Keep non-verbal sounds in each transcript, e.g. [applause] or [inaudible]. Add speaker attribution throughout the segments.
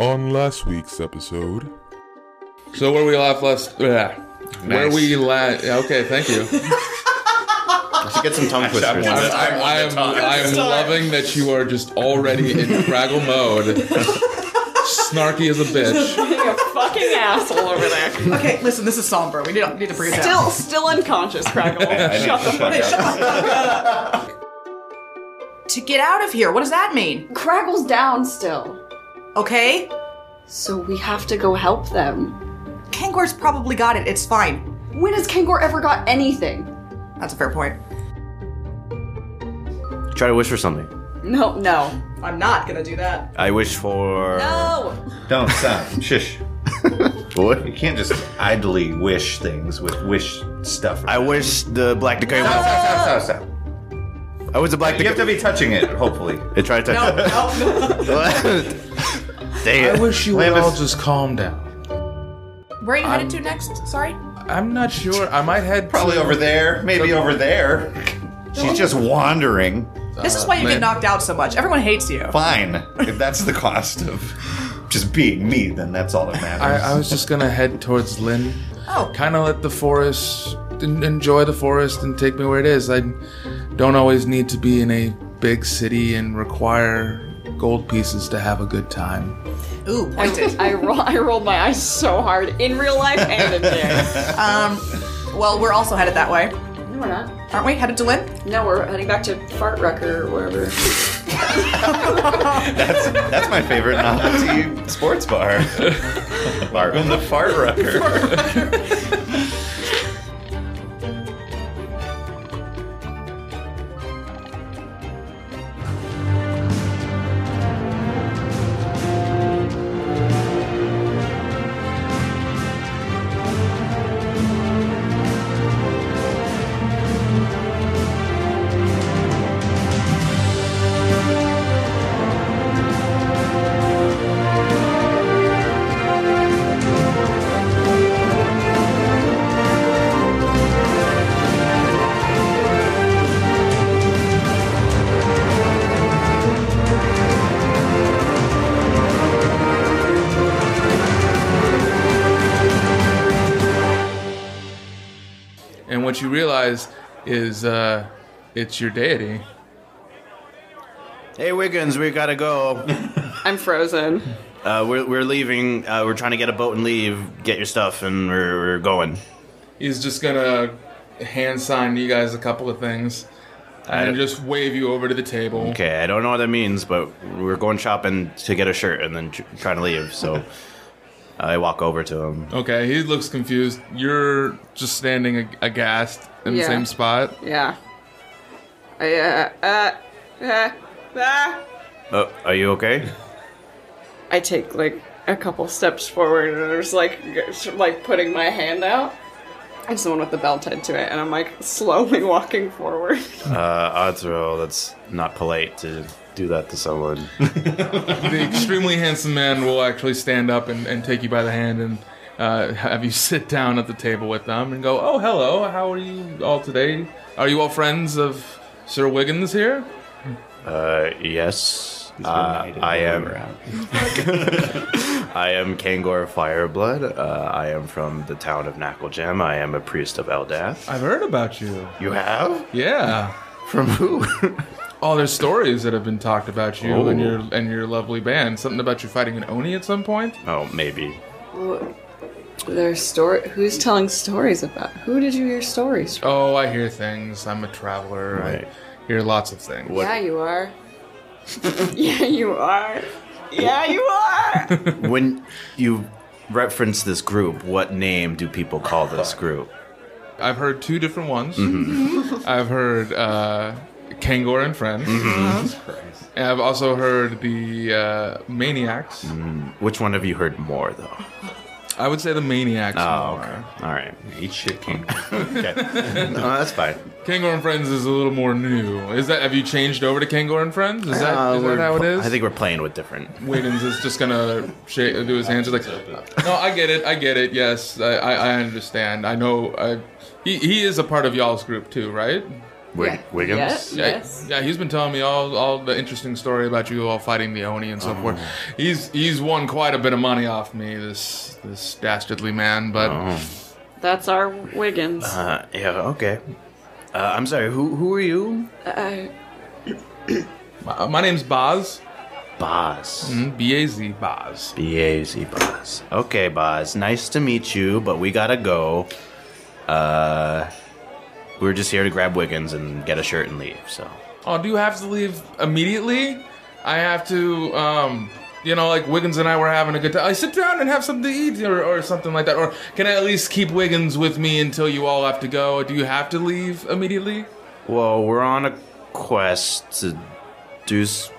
Speaker 1: On last week's episode,
Speaker 2: So where we left last? Yeah. Where
Speaker 3: Nice.
Speaker 2: we last? Okay,
Speaker 4: [laughs]
Speaker 2: thank you.
Speaker 3: I should get some tongue twisters.
Speaker 2: I'm, I'm, I'm, I'm loving that you are just already in Fraggle
Speaker 5: [laughs]
Speaker 2: mode. Snarky as a bitch.
Speaker 6: Being a fucking asshole over there.
Speaker 5: Okay, listen, this is somber. We don't need to bring it down.
Speaker 6: Still, still unconscious, Crackle. Shut the fuck up.
Speaker 5: To get out of here, what does that mean?
Speaker 6: Craggle's down still,
Speaker 5: Okay?
Speaker 6: so we have to go help them.
Speaker 5: Kangor's probably got it. It's fine.
Speaker 6: When has Kangor ever got anything?
Speaker 5: That's a fair point.
Speaker 3: Try to wish for something.
Speaker 6: No, no,
Speaker 5: I'm not gonna do that.
Speaker 3: I wish for.
Speaker 6: no.
Speaker 7: Don't Oh, stop. Shush.
Speaker 3: What?
Speaker 7: You can't just idly wish things with wish stuff.
Speaker 3: I wish the black Dakota.
Speaker 7: Stop, stop, stop, stop, stop.
Speaker 3: I wish the black
Speaker 7: You have
Speaker 3: Dakota.
Speaker 7: to be touching it, hopefully.
Speaker 3: They try to touch. [laughs] Damn.
Speaker 4: wish you
Speaker 7: Lambus-
Speaker 4: just calm down.
Speaker 5: Where are you headed to next? Sorry?
Speaker 2: I'm not sure. I might head.
Speaker 7: Probably over there. Maybe over there.
Speaker 3: She's just wandering.
Speaker 5: This is why you get knocked out so much. Everyone hates you.
Speaker 7: Fine. If that's the cost of just being me, then that's all that matters.
Speaker 4: I, I was just gonna head towards Lynn.
Speaker 5: Oh.
Speaker 4: Kind of let the forest en- enjoy the forest and take me where it is. I don't always need to be in a big city and require gold pieces to have a good time.
Speaker 5: Ooh, pointed.
Speaker 6: I, ro- I rolled my eyes so hard in real life and in there.
Speaker 5: um, well, we're also headed that way.
Speaker 6: No, we're not.
Speaker 5: Aren't we? Headed to Lynn?
Speaker 6: No, we're heading back to Fart Wrecker or wherever.
Speaker 7: that's, that's my favorite novelty sports
Speaker 4: [laughs]
Speaker 7: bar. Welcome to Fart Rucker.
Speaker 2: And what you realize is uh, it's your deity.
Speaker 3: Hey Wiggins, we gotta go.
Speaker 6: I'm frozen.
Speaker 3: Uh, we're, we're leaving. Uh, we're trying to get a boat and leave. Get your stuff, and we're, we're going.
Speaker 2: He's just gonna hand sign you guys a couple of things and just wave you over to the table.
Speaker 3: Okay, I don't know what that means, but we're going shopping to get a shirt and then tr- trying to leave. So I walk over to him.
Speaker 2: Okay, he looks confused. You're just standing ag- aghast in the
Speaker 6: Yeah.
Speaker 2: same spot.
Speaker 6: Yeah. I, uh, uh, uh, ah.
Speaker 3: Uh, are you okay?
Speaker 6: I take like a couple steps forward and I'm just like g- like putting my hand out. It's the one with the bell tied to it, and I'm like slowly [laughs] walking forward.
Speaker 3: Uh, odds are all that's not polite to do that to someone.
Speaker 2: The extremely handsome man will actually stand up and, and take you by the hand and uh, have you [laughs] sit down at the table with them and go, Oh, hello, how are you all today? Are you all friends of Sir Wiggins here?
Speaker 3: Uh, yes, uh, I am. I am Kangor Fireblood. Uh, I am from the town of Knucklejam. I am a priest of Eldath.
Speaker 2: I've heard about you.
Speaker 3: You have
Speaker 2: Yeah.
Speaker 3: from who?
Speaker 2: All Oh, there's stories that have been talked about you and
Speaker 3: Oh.
Speaker 2: your and your lovely band. Something about you fighting an Oni at some point.
Speaker 3: [laughs] oh, maybe.
Speaker 6: There's story. Who's telling stories about? Who did you hear stories from?
Speaker 2: Oh, I hear things. I'm a traveler.
Speaker 3: Right.
Speaker 2: I hear lots of things.
Speaker 3: What-
Speaker 6: Yeah, you are. [laughs] yeah, you are. Yeah, you are.
Speaker 3: when you reference this group, what name do people call this group?
Speaker 2: I've heard two different ones.
Speaker 3: Mm-hmm.
Speaker 2: I've heard uh, Kangor and Friends. And I've also heard the uh, Maniacs.
Speaker 3: Mm-hmm. Which one have you heard more, though?
Speaker 2: I would say the Maniacs.
Speaker 3: Oh,
Speaker 2: more.
Speaker 3: okay. All right.
Speaker 7: Eat
Speaker 3: [laughs]
Speaker 7: shit, King.
Speaker 3: No, that's fine.
Speaker 2: Kangor and Friends is a little more new. Is that have you changed over to Kangor and Friends? Is that,
Speaker 3: Uh,
Speaker 2: is that
Speaker 3: we're
Speaker 2: how it
Speaker 3: pl-
Speaker 2: is?
Speaker 3: I think we're playing with different.
Speaker 2: Wiggins is just gonna shake, do his hands like, no, I get it, I get it. Yes, I, I, I understand. I know. I, he, he is a part of y'all's group too, right?
Speaker 7: Wig-
Speaker 6: Yeah.
Speaker 7: Wiggins?
Speaker 6: Yeah.
Speaker 2: Yeah,
Speaker 6: Yes.
Speaker 2: yeah, he's been telling me all, all the interesting story about you all fighting the Oni and so forth. He's he's won quite a bit of money off me, this this dastardly man. But
Speaker 6: That's our Wiggins.
Speaker 3: Uh, yeah, okay. Uh, I'm sorry, who who are you?
Speaker 6: I-
Speaker 2: my, my name's Boz,
Speaker 3: Boz.
Speaker 2: B A Z Boz.
Speaker 3: B-A-Z, Boz. Okay, Boz. Nice to meet you, but we gotta go. Uh, we were just here to grab Wiggins and get a shirt and leave, so.
Speaker 2: Oh, do you have to leave immediately? I have to, um, you know, like Wiggins and I were having a good time. I sit down and have something to eat or, or something like that. Or can I at least keep Wiggins with me until you all have to go? Do you have to leave immediately?
Speaker 3: Well, we're on a quest to do. S-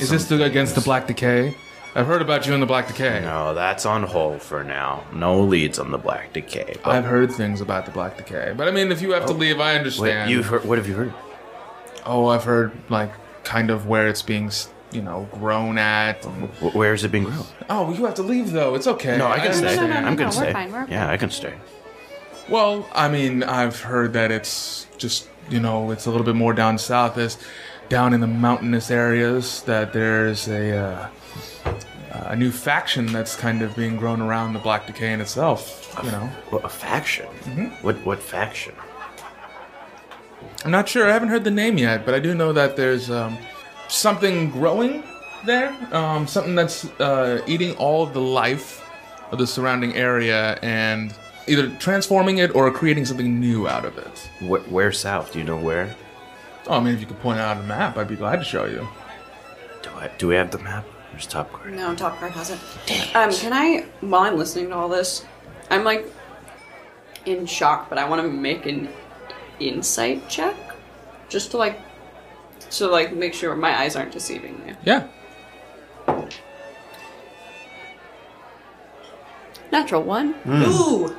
Speaker 2: Is this the, against the Black Decay? I've heard about you and the Black Decay.
Speaker 3: no, that's on hold for now. No leads on the Black Decay. But
Speaker 2: I've heard things about the Black Decay. But I mean, if you have to leave, I
Speaker 3: Oh. wait,
Speaker 2: understand.
Speaker 3: you heard, what have you heard?
Speaker 2: oh, I've heard, like, kind of where it's being, s- you know, grown at. and-
Speaker 3: Wh- Where is it being grown?
Speaker 2: oh, you have to leave, though. It's okay.
Speaker 3: Um, No, I can stay.
Speaker 2: understand.
Speaker 3: I'm gonna
Speaker 8: no, we're
Speaker 3: stay.
Speaker 8: fine, we're
Speaker 3: yeah, I can stay.
Speaker 2: Well, I mean, I've heard that it's just you know it's a little bit more down south, is down in the mountainous areas that there's a uh, a new faction that's kind of being grown around the Black Decay in itself. You know,
Speaker 3: Well, a faction. What what faction?
Speaker 2: I'm not sure. I haven't heard the name yet, but I do know that there's um, something growing there, um, something that's uh, eating all of the life of the surrounding area and either transforming it or creating something new out of it.
Speaker 3: Wh- where south? Do you know where?
Speaker 2: Oh, I mean, if you could point out a map, I'd be glad to show you.
Speaker 3: Do I do we have the map? Where's Top Card?
Speaker 6: No, Top Card hasn't. Um, can I, while I'm listening to all this, I'm like in shock, but I want to make an insight check just to like, to like make sure my eyes aren't deceiving me.
Speaker 2: Yeah.
Speaker 6: Natural one.
Speaker 5: Ooh,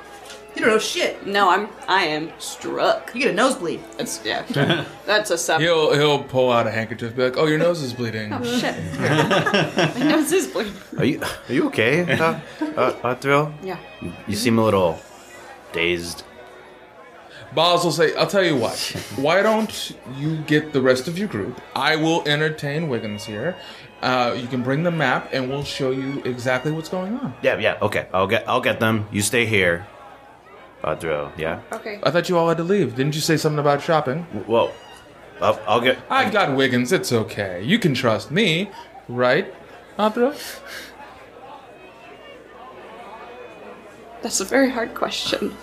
Speaker 5: you don't know shit.
Speaker 6: No, I'm. I am struck.
Speaker 5: You get a nosebleed.
Speaker 6: That's yeah. [laughs] That's a seven.
Speaker 2: He'll he'll pull out a handkerchief, be like, "Oh, your nose is bleeding."
Speaker 6: Oh shit. my nose is bleeding.
Speaker 3: Are you are you okay, [laughs] uh, uh, uh, Thrill?
Speaker 6: Yeah.
Speaker 3: You seem a little dazed.
Speaker 2: Boz will say, "I'll tell you what. Why don't you get the rest of your group? I will entertain Wiggins here. Uh, you can bring the map, and we'll show you exactly what's going on."
Speaker 3: Yeah, yeah. Okay, I'll get I'll get them. You stay here, uh, Thrill. Yeah.
Speaker 6: Okay.
Speaker 2: I thought you all had to leave. Didn't you say something about shopping?
Speaker 3: Well, I'll, I'll get.
Speaker 2: I got Wiggins. It's okay. You can trust me, right, Andra?
Speaker 6: That's a very hard question.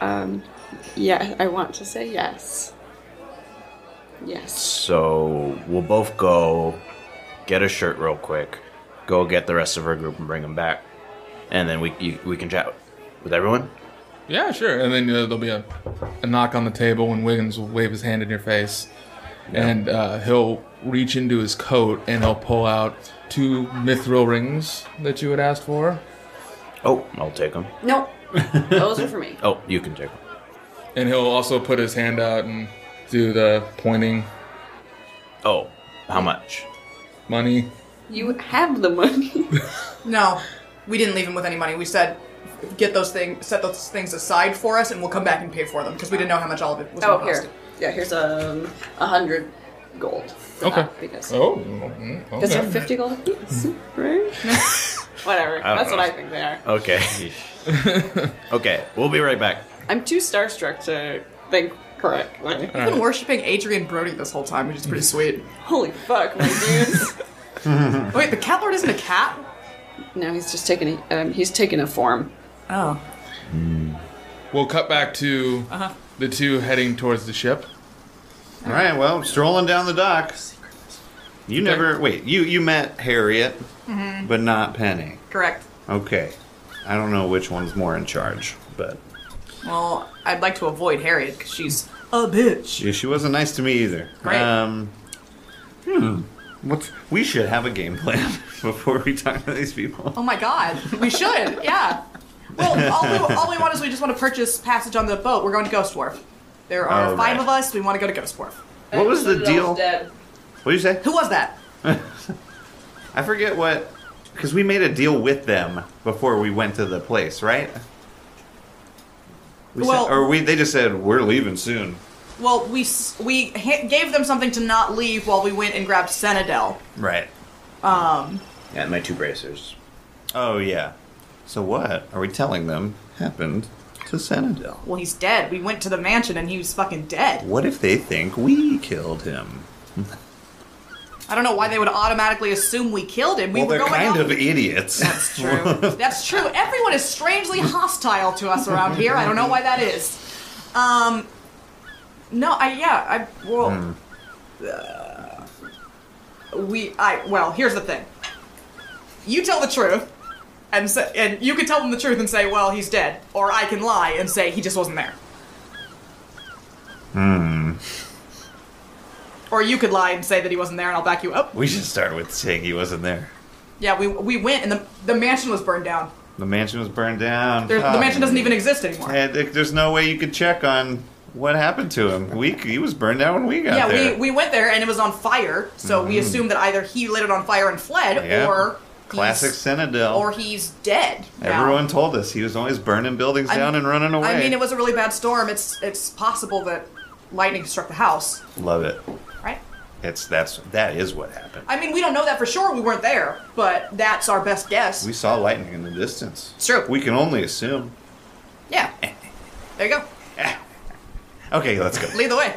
Speaker 6: Um, yeah, I want to say yes. Yes.
Speaker 3: So we'll both go get a shirt real quick. Go get the rest of our group and bring them back, and then we you, we can chat with everyone.
Speaker 2: Yeah, sure. And then uh, there'll be a, a knock on the table, and Wiggins will wave his hand in your face, and uh, he'll reach into his coat and he'll pull out two mithril rings that you had asked for,
Speaker 3: Oh, I'll take them.
Speaker 6: No, those are for me.
Speaker 3: Oh, you can take them.
Speaker 2: and he'll also put his hand out and do the pointing
Speaker 3: Oh, how much?
Speaker 2: money.
Speaker 6: You have the [laughs] money.
Speaker 5: No, we didn't leave him with any money. We said, get those things, set those things aside for us, and we'll come back and pay for them because we didn't know how much all of it was.
Speaker 6: oh,
Speaker 5: gonna cost.
Speaker 6: here. Yeah, here's um, a hundred gold. for
Speaker 2: Okay.
Speaker 6: that, because
Speaker 2: Oh, mm,
Speaker 6: because they're
Speaker 2: okay.
Speaker 6: fifty gold apiece, right? Whatever.
Speaker 3: don't
Speaker 6: That's
Speaker 3: know.
Speaker 6: what I think they are.
Speaker 3: [laughs] Okay. okay, we'll be right back.
Speaker 6: I'm too starstruck to think correctly.
Speaker 5: We've been worshipping Adrian Brody this whole time, which is pretty sweet. Oh,
Speaker 6: Holy fuck, my dudes. [laughs]
Speaker 5: Wait, the cat lord isn't a cat?
Speaker 6: no, he's just taking a, um, he's taking a form.
Speaker 5: Oh.
Speaker 2: We'll cut back to the two heading towards the ship.
Speaker 7: All right, well, strolling down the dock. You never wait. You you met Harriet, but not Penny.
Speaker 5: Correct.
Speaker 7: Okay, I don't know which one's more in charge, but
Speaker 5: Well, I'd like to avoid Harriet because she's a bitch.
Speaker 7: she, she wasn't nice to me either.
Speaker 5: Right.
Speaker 7: Um, hmm. What's we should have a game plan [laughs] before we talk to these people.
Speaker 5: Oh my god, we should, yeah. Well, all we, all we want is we just want to purchase passage on the boat. We're going to Ghost Wharf. There are
Speaker 7: Oh,
Speaker 5: five
Speaker 7: right.
Speaker 5: of us. We want to go to Ghost Wharf.
Speaker 7: What was the deal? What
Speaker 6: Dead.
Speaker 7: did you say?
Speaker 5: Who was that?
Speaker 7: I forget what. Because we made a deal with them before we went to the place, right? We
Speaker 5: Well-
Speaker 7: said, or we they just said we're leaving soon.
Speaker 5: Well, we s- we ha- gave them something to not leave while we went and grabbed Senadel.
Speaker 3: Right. Um.
Speaker 5: Um,
Speaker 3: And my two bracers.
Speaker 7: Oh yeah. So what are we telling them happened to Senadel?
Speaker 5: Well, he's dead. We went to the mansion and he was fucking dead.
Speaker 7: What if they think we killed him?
Speaker 5: I don't know why they would automatically assume we killed him. We
Speaker 7: well,
Speaker 5: were
Speaker 7: they're
Speaker 5: going
Speaker 7: kind
Speaker 5: out-
Speaker 7: of idiots.
Speaker 5: That's true. That's true. Everyone is strangely hostile to us around here. I don't know why that is. Um, no, I yeah, I well, uh, we I well. Here's the thing. You tell the truth, and say, and you can tell them the truth and say, well, he's dead, or I can lie and say he just wasn't there. Hmm. Or you could lie and say that he wasn't there, and I'll back you up.
Speaker 7: we should start with saying he wasn't there.
Speaker 5: Yeah, we we went, and the the mansion was burned down.
Speaker 7: The mansion was burned down.
Speaker 5: There,
Speaker 7: Ah.
Speaker 5: the mansion doesn't even exist anymore.
Speaker 7: And there- there's no way you could check on what happened to him. We he was burned down when we got
Speaker 5: yeah,
Speaker 7: there. Mm-hmm.
Speaker 5: we, we went there and it was on fire, so we assumed that either he lit it on fire and fled,
Speaker 7: Yeah.
Speaker 5: or
Speaker 7: classic
Speaker 5: he's,
Speaker 7: Senadel.
Speaker 5: or he's dead. now.
Speaker 7: Everyone told us he was always burning buildings
Speaker 5: I'm-
Speaker 7: down and running away.
Speaker 5: I mean, it was a really bad storm. It's it's possible that lightning struck the house,
Speaker 7: love it.
Speaker 5: right?
Speaker 7: It's that's that is what happened.
Speaker 5: I mean, we don't know that for sure. We weren't there, but that's our best guess.
Speaker 7: We saw lightning in the distance.
Speaker 5: It's true.
Speaker 7: We can only assume.
Speaker 5: yeah, there you go.
Speaker 7: Okay, let's go.
Speaker 5: Lead the way.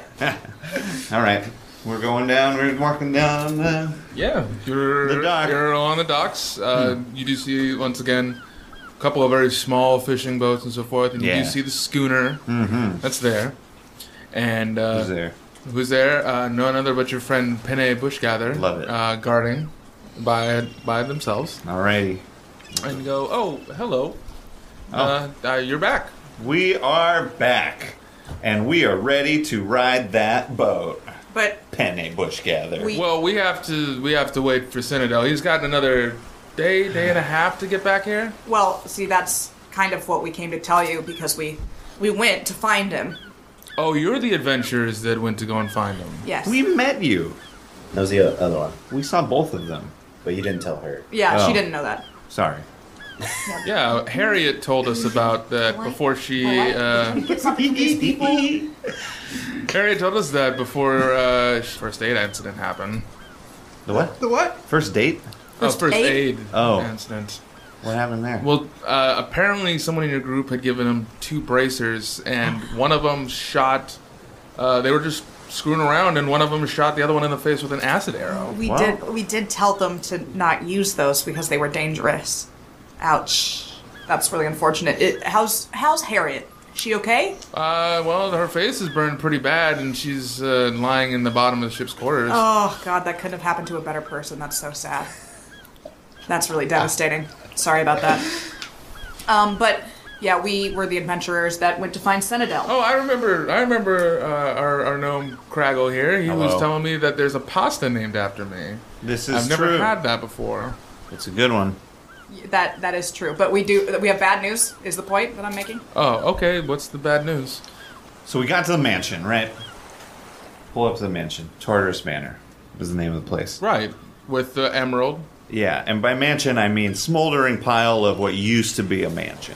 Speaker 7: All right, we're going down. We're walking down. Uh,
Speaker 2: Yeah, you're
Speaker 7: The dock. Hmm.
Speaker 2: you're along the docks. Uh, You do see once again a couple of very small fishing boats and so forth, and you
Speaker 7: Yeah. Mm-hmm.
Speaker 2: do see the schooner that's there. And uh,
Speaker 7: who's there?
Speaker 2: Who's there? Uh, none other but your friend Penne Bushgather.
Speaker 7: Love it.
Speaker 2: Uh, guarding by by themselves,
Speaker 7: All righty.
Speaker 2: and you go, oh, hello,
Speaker 7: Oh.
Speaker 2: Uh, uh, you're back.
Speaker 7: We are back, and we are ready to ride that boat.
Speaker 5: But
Speaker 7: Penny bush gather.
Speaker 5: We-
Speaker 2: Well, we have to we have to wait for Cynadel. He's got another day, day and a half to get back here.
Speaker 5: well, see, that's kind of what we came to tell you because we we went to find him.
Speaker 2: Oh, you're the adventurers that went to go and find him.
Speaker 5: Yes.
Speaker 7: we met you.
Speaker 3: That was the o- other one,
Speaker 7: We saw both of them.
Speaker 3: but you didn't tell her.
Speaker 5: yeah, she
Speaker 7: Oh.
Speaker 5: didn't know that.
Speaker 7: Sorry.
Speaker 2: Yeah, Harriet told us about that before she. Uh, Harriet told us that before uh, first aid incident happened.
Speaker 7: The what?
Speaker 5: The what?
Speaker 7: First date?
Speaker 2: First, oh, first aid,
Speaker 5: aid?
Speaker 7: Oh.
Speaker 2: incident.
Speaker 7: What happened there?
Speaker 2: Well, uh, apparently someone in your group had given him two bracers, and
Speaker 5: Ah.
Speaker 2: one of them shot. Uh, they were just screwing around, and one of them shot the other one in the face with an acid arrow.
Speaker 5: We
Speaker 7: Wow.
Speaker 5: did. We did tell them to not use those because they were dangerous. Ouch. That's really unfortunate. It, how's How's Harriet? She okay?
Speaker 2: Uh, well, her face is burned pretty bad, and she's uh, lying in the bottom of the ship's quarters.
Speaker 5: Oh God, that couldn't have happened to a better person. That's so sad. That's really devastating. Sorry about that. Um, but yeah, we were the adventurers that went to find Senadel.
Speaker 2: Oh, I remember. I remember uh, our, our gnome Craggle here. He was
Speaker 7: Hello.
Speaker 2: telling me that there's a pasta named after me.
Speaker 7: this is
Speaker 2: I've never
Speaker 7: true.
Speaker 2: had that before.
Speaker 7: It's a good one.
Speaker 5: That that is true. But we do. We have bad news. Is the point that I'm making?
Speaker 2: Oh, okay. What's the bad news?
Speaker 7: So we got to the mansion, right? Pull up the mansion. Tartarus Manor was the name of the place.
Speaker 2: Right, with the emerald.
Speaker 7: Yeah, and by mansion I mean smoldering pile of what used to be a mansion.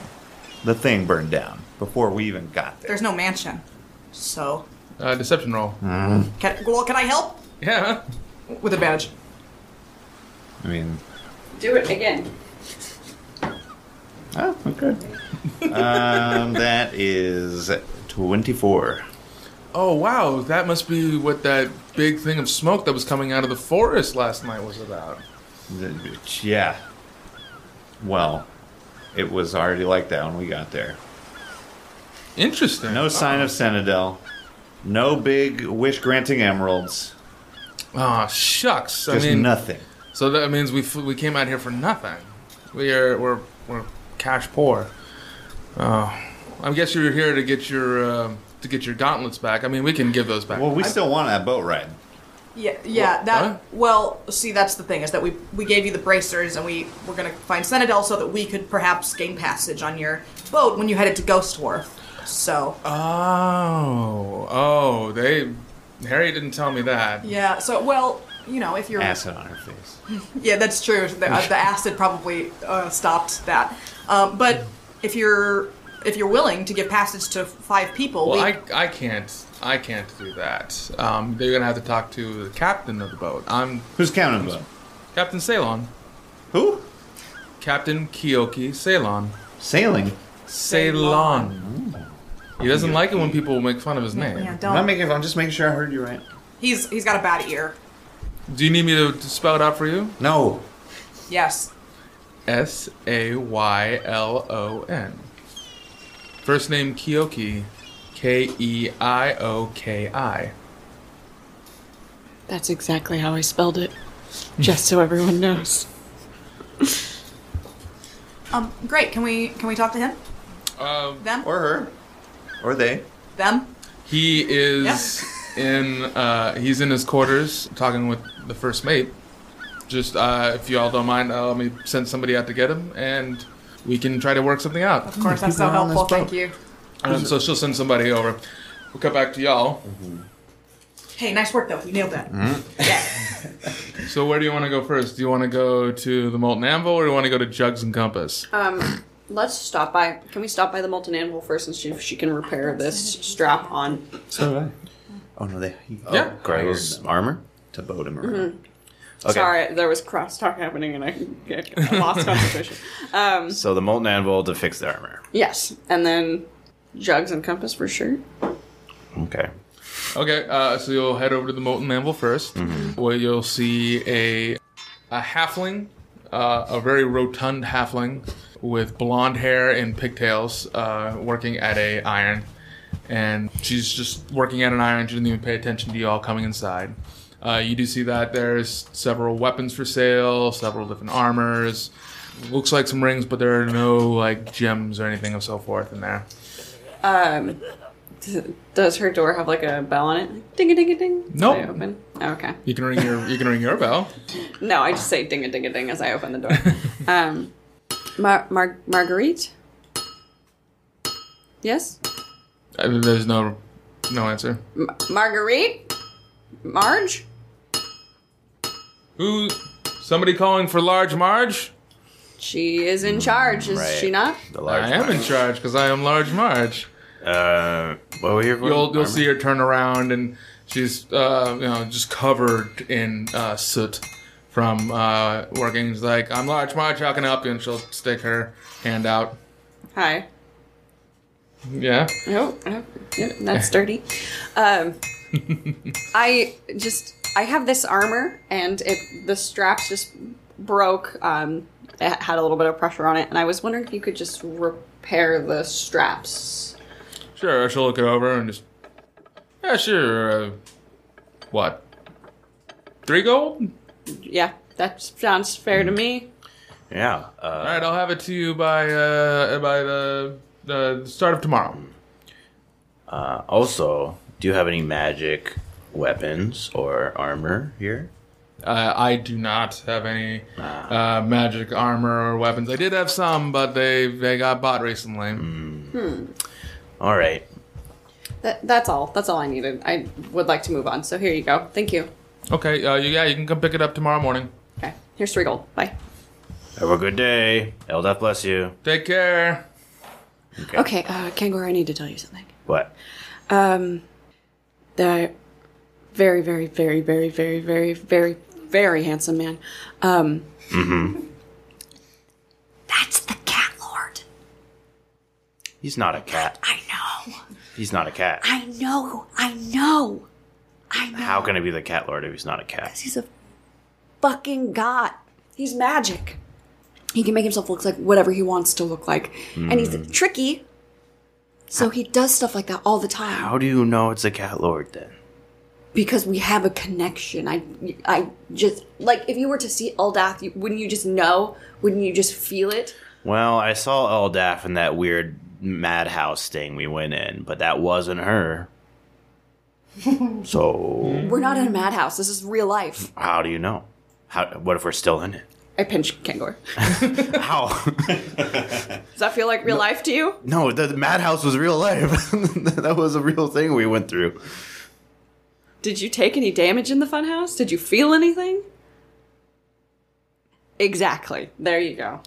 Speaker 7: The thing burned down before we even got there.
Speaker 5: There's no mansion. So,
Speaker 2: Uh, deception roll.
Speaker 7: Hmm.
Speaker 5: can, well, can I help
Speaker 2: Yeah.
Speaker 5: with advantage?
Speaker 7: I mean,
Speaker 6: Do it again.
Speaker 7: oh, okay. um, that is 24.
Speaker 2: Oh wow, that must be what that big thing of smoke that was coming out of the forest last night was about.
Speaker 7: Th- Yeah. Well, it was already like that when we got there.
Speaker 2: Interesting.
Speaker 7: No sign of Senadel. No big wish granting emeralds.
Speaker 2: Ah, shucks. I
Speaker 7: Just
Speaker 2: mean,
Speaker 7: nothing.
Speaker 2: so that means we f- we came out here for nothing. We are we're we're cash poor. Oh, I guess you're here to get your uh, to get your gauntlets back. I mean, we can give those back.
Speaker 7: Well, we still want that boat ride.
Speaker 5: Yeah, yeah.
Speaker 2: Wha-
Speaker 5: that
Speaker 2: huh?
Speaker 5: well, see, that's the thing is that we we gave you the bracers and we were gonna find Senadel so that we could perhaps gain passage on your boat when you headed to Ghost Wharf. So
Speaker 2: oh, oh, they Harry didn't tell me that.
Speaker 5: yeah, so well, you know, if you're
Speaker 7: Acid on her face.
Speaker 5: yeah, that's true. The, uh, the acid probably uh, stopped that, um, but if you're if you're willing to give passage to five people,
Speaker 2: Well,
Speaker 5: we,
Speaker 2: I, I can't I can't do that. Um, they're gonna have to talk to the captain of the boat. I'm
Speaker 7: Who's counting them?
Speaker 2: Captain Ceylon.
Speaker 7: Who?
Speaker 2: Captain Kiyoki Ceylon.
Speaker 7: Sailing.
Speaker 2: Ceylon. He doesn't like it when people make fun of his
Speaker 5: yeah,
Speaker 2: name.
Speaker 7: I'm not
Speaker 5: don't.
Speaker 7: making. I'm just making sure I heard you right.
Speaker 5: He's he's got a bad ear.
Speaker 2: Do you need me to, to spell it out for you?
Speaker 7: No.
Speaker 5: Yes.
Speaker 2: S A Y L O N. First name Kiyoki. K E I O K I.
Speaker 6: That's exactly how I spelled it. Just so everyone knows.
Speaker 5: Um, great. Can we can we talk to him?
Speaker 2: Um,
Speaker 5: Them?
Speaker 7: Or her. Or they.
Speaker 5: them?
Speaker 2: He is [laughs] in. Uh, he's in his quarters talking with the first mate. Just uh, if you all don't mind, uh, let me send somebody out to get him, and we can try to work something out.
Speaker 5: Of course, that's so
Speaker 7: people are on
Speaker 5: helpful.
Speaker 7: this boat.
Speaker 5: Thank you.
Speaker 2: Um, so she'll send somebody over. We'll come back to y'all.
Speaker 5: Hey, nice work though. You nailed that.
Speaker 7: Mm-hmm.
Speaker 5: Yeah.
Speaker 2: So where do you want to go first? Do you want to go to the Molten Anvil, or do you want to go to Jugs and Compass?
Speaker 6: Um, let's stop by. Can we stop by the molten anvil first and see if she can repair this strap on?
Speaker 7: So did I. Oh no, they. Oh,
Speaker 2: Yeah.
Speaker 3: Grail's armor?
Speaker 7: to boat him around.
Speaker 3: Okay.
Speaker 6: Sorry, there was crosstalk happening and I get- I lost concentration. Um,
Speaker 3: So the molten anvil to fix the armor.
Speaker 6: [laughs] yes, and then jugs and compass for sure.
Speaker 3: Okay.
Speaker 2: Okay, uh, so you'll head over to the Molten Anvil 1st where you'll see a a halfling, uh, a very rotund halfling with blonde hair and pigtails, uh, working at a iron, and she's just working at an iron. She didn't even pay attention to you all coming inside. Uh, you do see that there's several weapons for sale, several different armors. Looks like some rings, but there are no like gems or anything of so forth in there.
Speaker 6: Does her door have like a bell on it? Ding a ding a ding.
Speaker 2: Nope.
Speaker 6: I open. Okay.
Speaker 2: You can ring your you can ring your bell.
Speaker 6: No, I just say ding a ding a ding as I open the [laughs] door. um, Mar- Mar- Marguerite? Yes?
Speaker 2: I mean, Uh, there's no no answer.
Speaker 6: M- Marguerite? Marge?
Speaker 2: Who? Somebody calling for Large Marge?
Speaker 6: She is in charge, is
Speaker 3: Right.
Speaker 6: she not?
Speaker 3: The large
Speaker 2: I am in charge because I am Large Marge.
Speaker 3: Uh, what were your
Speaker 2: You'll you'll
Speaker 3: armor?
Speaker 2: see her turn around and she's uh, you know just covered in uh, soot from uh, working. She's like, "I'm Large Marge. How can I help you?" And she'll stick her hand out.
Speaker 6: Hi.
Speaker 2: Yeah.
Speaker 6: Oh, oh, yeah, that's dirty. [laughs] Um, I just I have this armor, and it the straps just broke. Um, it had a little bit of pressure on it, and I was wondering if you could just repair the straps.
Speaker 2: Sure. She'll look it over and just. Yeah. Sure. Uh, what? Three gold.
Speaker 6: Yeah, that sounds fair to me.
Speaker 3: Yeah. Uh,
Speaker 2: All right. I'll have it to you by uh, by the the start of tomorrow.
Speaker 3: uh, also, do you have any magic weapons or armor here?
Speaker 2: Uh, I do not have any uh, magic armor or weapons. I did have some, but they they got bought recently.
Speaker 3: All right.
Speaker 6: That, that's all. That's all I needed. I would like to move on. So here you go. Thank you.
Speaker 2: Okay, uh, you, yeah, you can come pick it up tomorrow morning.
Speaker 6: Okay. Here's three gold. Bye.
Speaker 3: Have a good day. Eldath bless you.
Speaker 2: Take care.
Speaker 6: Okay, uh, Kangor, I need to tell you something.
Speaker 3: What?
Speaker 6: Um, the very, very, very, very, very, very, very, very handsome man. Um, that's the cat lord.
Speaker 3: He's not a cat.
Speaker 6: I know.
Speaker 3: He's not a cat.
Speaker 6: I know. I know. I know.
Speaker 3: How can it be the cat lord if he's not a cat?
Speaker 6: He's a fucking god. He's magic. He can make himself look like whatever he wants to look like, and he's tricky. So he does stuff like that all the time.
Speaker 3: How do you know it's a cat lord then?
Speaker 6: because we have a connection. I, I just like if you were to see Eldath, you, wouldn't you just know? Wouldn't you just feel it?
Speaker 3: Well, I saw Eldaf in that weird madhouse thing we went in, but that wasn't her. so
Speaker 6: We're not in a madhouse. This is real life.
Speaker 3: how do you know? How? What if we're still in it?
Speaker 6: I pinch Kangor.
Speaker 3: How? [laughs]
Speaker 6: Does that feel like real life to you?
Speaker 3: no, the, the madhouse was real life. [laughs] that was a real thing we went through.
Speaker 6: Did you take any damage in the funhouse? Did you feel anything? Exactly. There you go.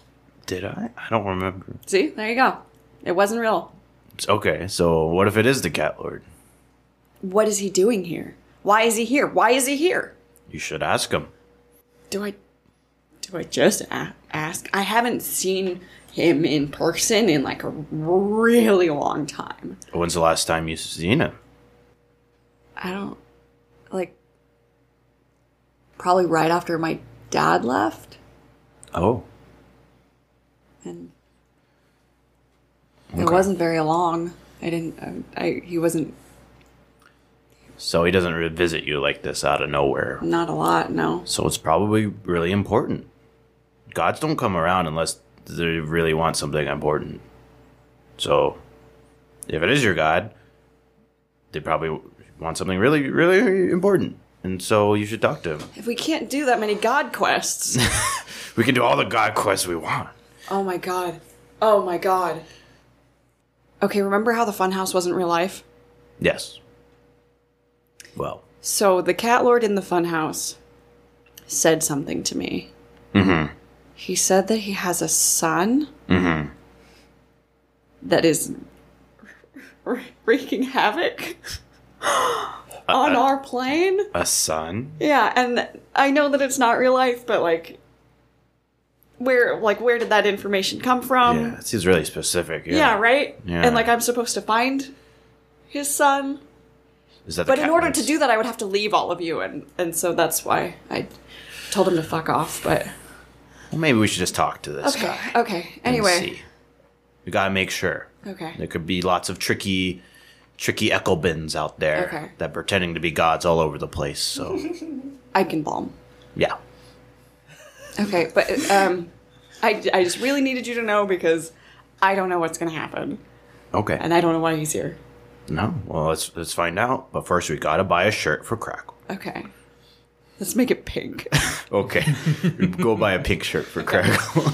Speaker 3: Did I? I don't remember.
Speaker 6: See, there you go. It wasn't real.
Speaker 3: Okay, so what if it is the cat lord?
Speaker 6: What is he doing here? Why is he here? Why is he here?
Speaker 3: You should ask him.
Speaker 6: Do I do I just a- ask? I haven't seen him in person in like a really long time.
Speaker 3: When's the last time you seen him?
Speaker 6: I don't like probably right after my dad left
Speaker 3: Oh,
Speaker 6: and it wasn't very long. I didn't I, I he wasn't
Speaker 3: so he doesn't revisit you like this out of nowhere.
Speaker 6: not a lot, no.
Speaker 3: So it's probably really important. Gods don't come around unless they really want something important. So if it is your god, they probably want something really, really important. And so you should talk to him.
Speaker 6: If we can't do that many god quests.
Speaker 3: We can do all the god quests we want.
Speaker 6: oh my god. Oh my god. Okay, remember how the funhouse wasn't real life?
Speaker 3: Yes. Well,
Speaker 6: So the cat lord in the funhouse said something to me. Mm-hmm. He said that he has a son that is [laughs] wre- wreaking havoc on our plane.
Speaker 3: a son?
Speaker 6: Yeah, and I know that it's not real life, but like, where like where did that information come from?
Speaker 3: yeah, it seems really specific. Yeah,
Speaker 6: Um, Yeah, right.
Speaker 3: Yeah.
Speaker 6: And like I'm supposed to find his son.
Speaker 3: Is that the
Speaker 6: But in
Speaker 3: cat
Speaker 6: order
Speaker 3: ones?
Speaker 6: to do that, I would have to leave all of you, and and so that's why I told him to fuck off. But
Speaker 3: Well, maybe we should just talk to this
Speaker 6: okay,
Speaker 3: guy.
Speaker 6: okay.
Speaker 3: and
Speaker 6: Anyway,
Speaker 3: see. we gotta make sure. There
Speaker 6: okay.
Speaker 3: could be lots of tricky, tricky Eckelbins out there
Speaker 6: Okay.
Speaker 3: that pretending to be gods all over the place.
Speaker 6: [laughs]
Speaker 3: So,
Speaker 6: I can bomb.
Speaker 3: yeah.
Speaker 6: Okay, but um, I I just really needed you to know because I don't know what's gonna happen,
Speaker 3: Okay.
Speaker 6: and I don't know why he's here.
Speaker 3: no. Well, let's let's find out. But first, we gotta buy a shirt for Crackle.
Speaker 6: Okay, let's make it pink.
Speaker 3: [laughs] Okay. Go buy a pink shirt for Crackle.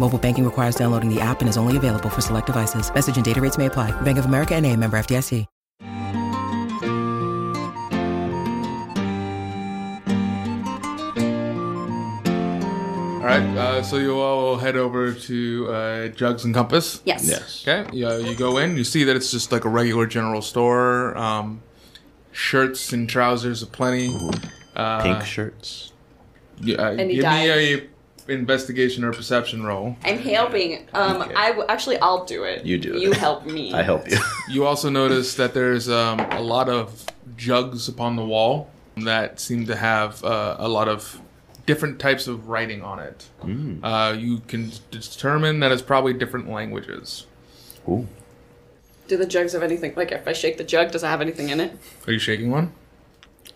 Speaker 8: Mobile banking requires downloading the app and is only available for select devices. Message and data rates may apply. Bank of America and a member FDIC.
Speaker 2: All right. Uh, so you all will head over to uh, Jugs and Compass.
Speaker 6: yes.
Speaker 3: [laughs]
Speaker 2: Okay. Yeah. You go in. You see that it's just like a regular general store. Um, shirts and trousers aplenty.
Speaker 3: pink shirts.
Speaker 2: You, uh,
Speaker 6: he
Speaker 2: give
Speaker 6: dies.
Speaker 2: me a investigation or perception roll.
Speaker 6: [laughs] I'm helping. Um, I w- actually I'll do it.
Speaker 3: You do it.
Speaker 6: You help me.
Speaker 3: I help you.
Speaker 2: You also notice that there's um, a lot of jugs upon the wall that seem to have uh, a lot of different types of writing on it. Uh, you can determine that it's probably different languages.
Speaker 3: Ooh.
Speaker 6: Do the jugs have anything? Like if I shake the jug, does it have anything in it?
Speaker 2: Are you shaking one?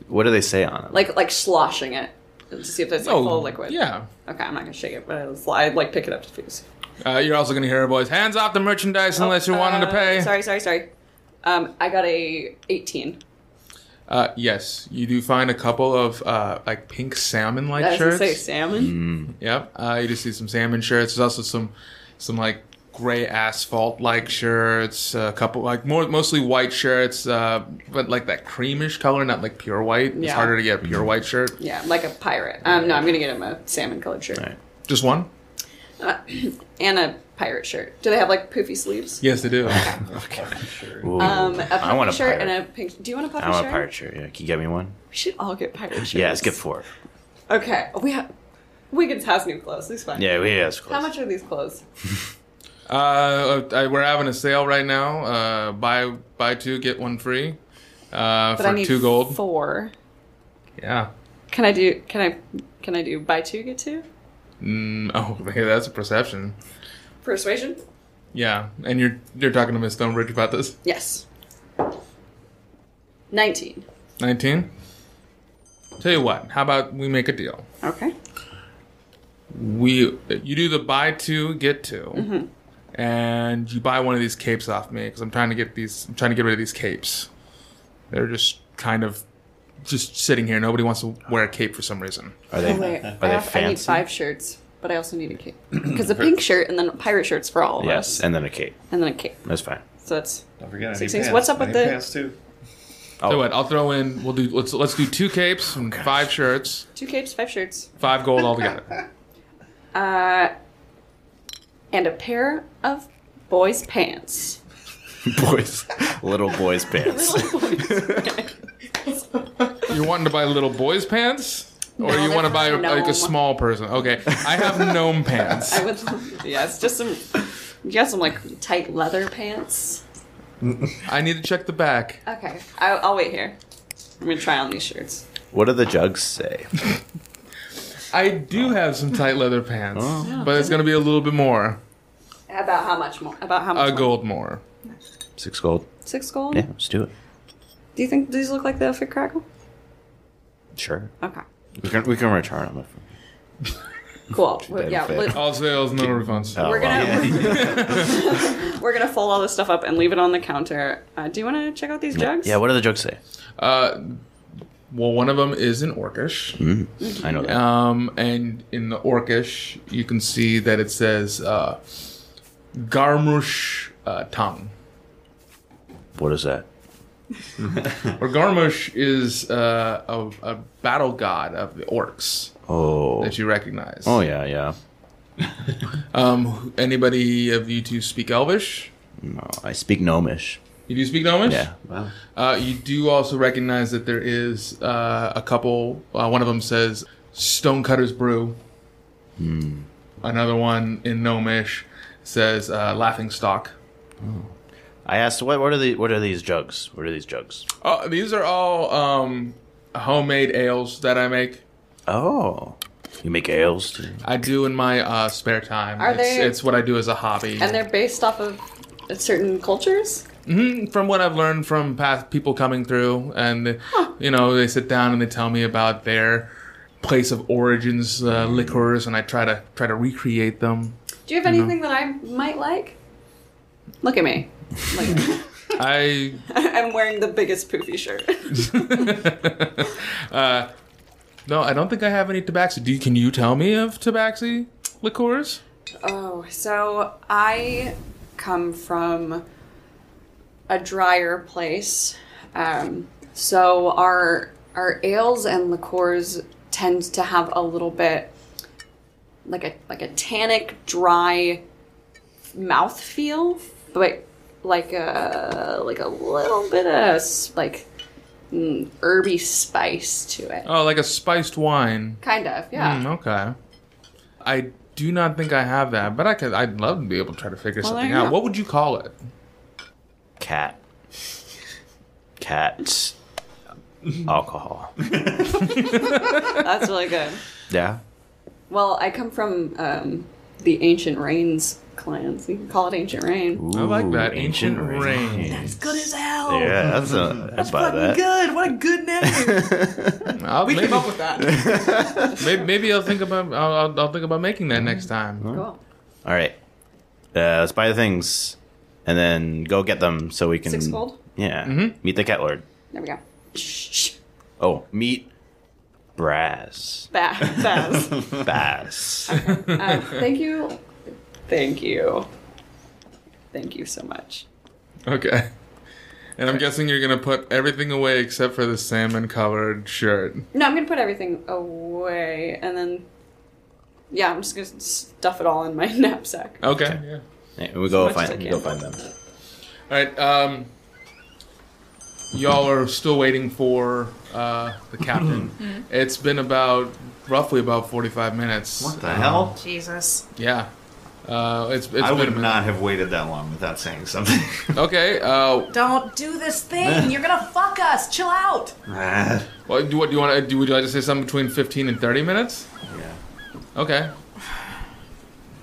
Speaker 3: What do they say on it?
Speaker 6: Like like sloshing it to see if there's like full liquid.
Speaker 2: Oh, yeah.
Speaker 6: Okay, I'm not gonna shake it, but I'll slide like pick it up to face.
Speaker 2: Uh, you're also going to hear a voice, hands off the merchandise unless you're wanting to pay.
Speaker 6: Oh, uh, Sorry, sorry, sorry. Um, I got a 18.
Speaker 2: Uh, yes, you do find a couple of uh, like pink salmon-like
Speaker 6: I was gonna
Speaker 2: shirts.
Speaker 6: say
Speaker 3: Mm.
Speaker 6: salmon.
Speaker 2: Yep. Uh, you just see some salmon shirts. There's also some, some like gray asphalt like shirts. A couple like more mostly white shirts, uh, but like that creamish color, not like pure white. It's
Speaker 6: Yeah.
Speaker 2: harder to get a pure white shirt.
Speaker 6: Yeah, I'm like a pirate. Um, no, I'm gonna get him a salmon colored shirt
Speaker 3: Right.
Speaker 2: Just one.
Speaker 6: and a pirate shirt. Do they have like poofy sleeves?
Speaker 2: Yes, they do.
Speaker 3: Ooh.
Speaker 6: Um, a puffy
Speaker 3: I want a
Speaker 6: shirt
Speaker 3: pirate.
Speaker 6: and a pink. Do you want a puffy
Speaker 3: I want
Speaker 6: shirt?
Speaker 3: a pirate shirt. Yeah, can you get me one?
Speaker 6: We should all get pirate shirts.
Speaker 3: Yeah, let's get four.
Speaker 6: Okay, we have. Wiggins has new clothes. He's fine.
Speaker 3: Yeah, we yeah, that's close.
Speaker 6: How much are these clothes?
Speaker 2: uh, I, we're having a sale right now. Uh, buy buy two get one free. Uh,
Speaker 6: But
Speaker 2: for
Speaker 6: I need
Speaker 2: two gold.
Speaker 6: Four.
Speaker 2: yeah.
Speaker 6: Can I do? Can I? Can I do buy two get two?
Speaker 2: Mm, [laughs] oh, yeah, that's a perception.
Speaker 6: Persuasion.
Speaker 2: Yeah, and you're you're talking to Miss Stonebridge about this.
Speaker 6: Yes. 19.
Speaker 2: 19. Tell you what, how about we make a deal?
Speaker 6: Okay.
Speaker 2: we you do the buy two get 2
Speaker 6: Mm-hmm.
Speaker 2: and you buy one of these capes off me because I'm trying to get these. I'm trying to get rid of these capes. They're just kind of just sitting here. Nobody wants to wear a cape for some reason.
Speaker 3: Are they?
Speaker 6: Oh, wait,
Speaker 3: are they
Speaker 6: I, have- I need
Speaker 3: fancy?
Speaker 6: five shirts, but I also need a
Speaker 3: [clears throat]
Speaker 6: cape because a pink shirt and then pirate shirts for all of
Speaker 3: Yes,
Speaker 6: us,
Speaker 3: and then a cape.
Speaker 6: and then a cape.
Speaker 3: That's fine. [laughs]
Speaker 6: So that's
Speaker 7: Don't forget, I
Speaker 6: Six
Speaker 7: need
Speaker 6: things.
Speaker 7: pants.
Speaker 6: What's up
Speaker 7: I
Speaker 6: with
Speaker 7: need
Speaker 6: the-
Speaker 7: pants too?
Speaker 2: So what? I'll throw in. We'll do. Let's let's do two capes and five shirts,
Speaker 6: two capes, five shirts,
Speaker 2: five gold altogether.
Speaker 6: and a pair of boys' pants.
Speaker 3: boys, little
Speaker 6: [laughs]
Speaker 3: boys pants.
Speaker 2: You're wanting to buy little boys pants, or
Speaker 6: No,
Speaker 2: you want to
Speaker 6: they're
Speaker 2: buy like a
Speaker 6: gnome. [laughs]
Speaker 2: small person? Okay, I have gnome pants.
Speaker 6: I would. love- Yeah, it's just some. You got some like tight leather pants.
Speaker 2: I need to check the back.
Speaker 6: Okay, I, I'll wait here. I'm gonna try on these shirts.
Speaker 3: what do the jugs say?
Speaker 2: I do have some tight leather pants, but it's gonna be a little bit more.
Speaker 6: About how much more? About how much?
Speaker 2: A
Speaker 6: more?
Speaker 2: gold more.
Speaker 3: Six gold.
Speaker 6: Six gold.
Speaker 3: Yeah, let's do it.
Speaker 6: Do you think these look like the fit crackle?
Speaker 3: Sure.
Speaker 6: Okay.
Speaker 3: We can we can return them. If,
Speaker 6: Cool. We-
Speaker 3: better
Speaker 6: yeah.
Speaker 3: fit.
Speaker 6: let-
Speaker 2: All sales, no refunds.
Speaker 3: oh,
Speaker 6: We're
Speaker 3: well.
Speaker 6: [laughs] gonna we're gonna fold all this stuff up and leave it on the counter. Uh, do you want to check out these jugs?
Speaker 3: Yeah. What do the jugs say?
Speaker 2: Uh, well, one of them is an orcish.
Speaker 3: Mm-hmm. I know that.
Speaker 2: Um, and in the orcish, you can see that it says uh, Garmush uh, tongue.
Speaker 3: what is that?
Speaker 2: Or Garmush is uh, a, a battle god of the orcs
Speaker 3: Oh.
Speaker 2: that you recognize.
Speaker 3: Oh yeah, yeah.
Speaker 2: Um, anybody of you two speak Elvish?
Speaker 3: No, I speak gnomish.
Speaker 2: You do speak Gnomish?
Speaker 3: Yeah.
Speaker 7: Wow.
Speaker 2: Uh, you do also recognize that there is uh, a couple. Uh, one of them says Stonecutter's Brew. Another one in Gnomish says uh, Laughing Stock.
Speaker 3: I asked what what are the what are these jugs? What are these jugs?
Speaker 2: Oh, these are all um, homemade ales that I make.
Speaker 3: Oh. You make ales too.
Speaker 2: I do in my uh, spare time.
Speaker 6: Are
Speaker 2: it's,
Speaker 6: they-
Speaker 2: it's what I do as a hobby.
Speaker 6: And they're based off of certain cultures.
Speaker 2: Mm, from what I've learned from past people coming through, and you know, they sit down and they tell me about their place of origins uh, liquors, and I try to try to recreate them.
Speaker 6: Do you have anything that I might like? Look at me. [laughs] Look at me.
Speaker 2: I
Speaker 6: I'm wearing the biggest poofy shirt.
Speaker 2: no, I don't think I have any Tabaxi. Do you, can you tell me of Tabaxi liqueurs?
Speaker 6: Oh, so I come from a drier place. Um, so our our ales and liqueurs tend to have a little bit like a like a tannic dry mouth feel, but like a like a little bit of s- like mm, herby spice to it.
Speaker 2: Oh, like a spiced wine.
Speaker 6: Kind of, yeah.
Speaker 2: Mm, okay. I do not think I have that, but I could. I'd love to be able to try to figure
Speaker 6: Well,
Speaker 2: something
Speaker 6: there you
Speaker 2: out.
Speaker 6: go.
Speaker 2: What would you call it?
Speaker 3: Cat. Cat. Alcohol.
Speaker 6: That's really good.
Speaker 3: Yeah.
Speaker 6: Well, I come from um, the Ancient Rains clans. You can call it Ancient Rain.
Speaker 2: I like that ancient,
Speaker 3: rain.
Speaker 2: rain.
Speaker 5: Good as hell.
Speaker 3: Yeah, that's a that's about that.
Speaker 5: Good. What a good name.
Speaker 2: I'll
Speaker 7: [laughs]
Speaker 5: we
Speaker 2: maybe,
Speaker 5: came up with that.
Speaker 2: maybe, maybe I'll think about I'll, I'll, I'll think about making that next time.
Speaker 6: Cool.
Speaker 3: All right. Uh, let's buy the things and then go get them so we can.
Speaker 6: Six gold?
Speaker 3: Yeah. Meet the cat lord.
Speaker 6: There we go. Shh, shh.
Speaker 3: Oh, meet Brass.
Speaker 6: Ba- [laughs] Baz.
Speaker 3: Bass.
Speaker 6: Uh, thank you. Thank you. Thank you so much.
Speaker 2: Okay. And I'm guessing you're gonna put everything away except for the salmon colored shirt.
Speaker 6: No, I'm gonna put everything away and then. Yeah, I'm just gonna stuff it all in my [laughs] knapsack.
Speaker 2: Okay. Yeah.
Speaker 3: Yeah, we go
Speaker 6: much as I
Speaker 3: find we
Speaker 6: can.
Speaker 3: go find them.
Speaker 2: All right. Um, y'all are still waiting for uh, the
Speaker 7: [clears throat] Mm-hmm.
Speaker 2: captain. it's been about roughly about 45 minutes.
Speaker 7: What the hell?
Speaker 5: Jesus.
Speaker 2: Yeah. Uh, it's it's
Speaker 7: I
Speaker 2: been a
Speaker 7: would
Speaker 2: minute.
Speaker 7: not have waited that long without saying [laughs] something.
Speaker 2: Okay. Uh,
Speaker 5: Don't do
Speaker 7: [laughs]
Speaker 5: this thing. You're gonna fuck us. Chill out.
Speaker 7: Ah,
Speaker 2: what do, what do you want to do? Would you like to say something between 15 and 30 minutes?
Speaker 7: yeah.
Speaker 2: Okay.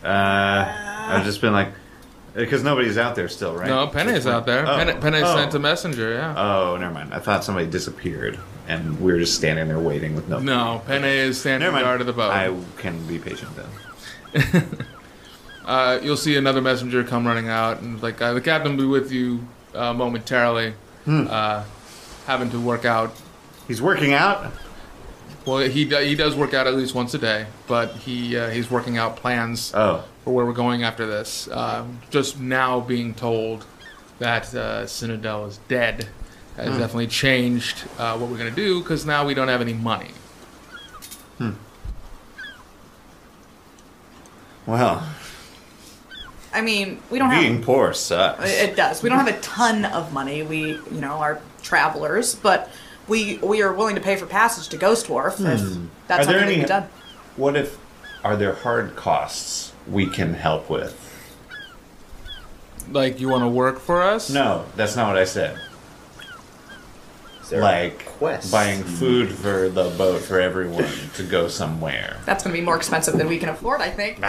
Speaker 7: Uh, I've just been like, because nobody's out there still, right?
Speaker 2: No, Penny's out there.
Speaker 7: Oh.
Speaker 2: Penny, Penny
Speaker 7: Oh.
Speaker 2: sent a messenger. Yeah.
Speaker 7: Oh, never mind. I thought somebody disappeared, and we're just standing there waiting with no.
Speaker 2: No, Penne is standing
Speaker 7: Never mind.
Speaker 2: guard at the bow.
Speaker 7: I can be patient then.
Speaker 2: Uh, you'll see another messenger come running out, and like uh, the captain will be with you uh, momentarily,
Speaker 7: Hmm.
Speaker 2: uh, having to work out.
Speaker 7: He's working out.
Speaker 2: Well, he do- he does work out at least once a day, but he uh, he's working out plans
Speaker 7: Oh.
Speaker 2: for where we're going after this. Uh, just now being told that uh, Cynodel is dead has
Speaker 7: Hmm.
Speaker 2: definitely changed uh, what we're gonna do because now we don't have any money.
Speaker 7: Well,
Speaker 5: I mean, we don't
Speaker 7: being
Speaker 5: have.
Speaker 7: poor sucks.
Speaker 5: It does. We don't have a ton of money. We, you know, are travelers, but we we are willing to pay for passage to Ghost Wharf if that's
Speaker 7: Hmm. Are there
Speaker 5: something that can
Speaker 7: any-
Speaker 5: be done.
Speaker 7: What if are there hard costs we can help with?
Speaker 2: Like, you want to work for us?
Speaker 7: No, that's not what I said.
Speaker 9: there
Speaker 7: like
Speaker 9: quests?
Speaker 7: buying food for the boat for
Speaker 5: [laughs]
Speaker 7: everyone to go somewhere.
Speaker 5: That's going to be more expensive than we can afford, I think.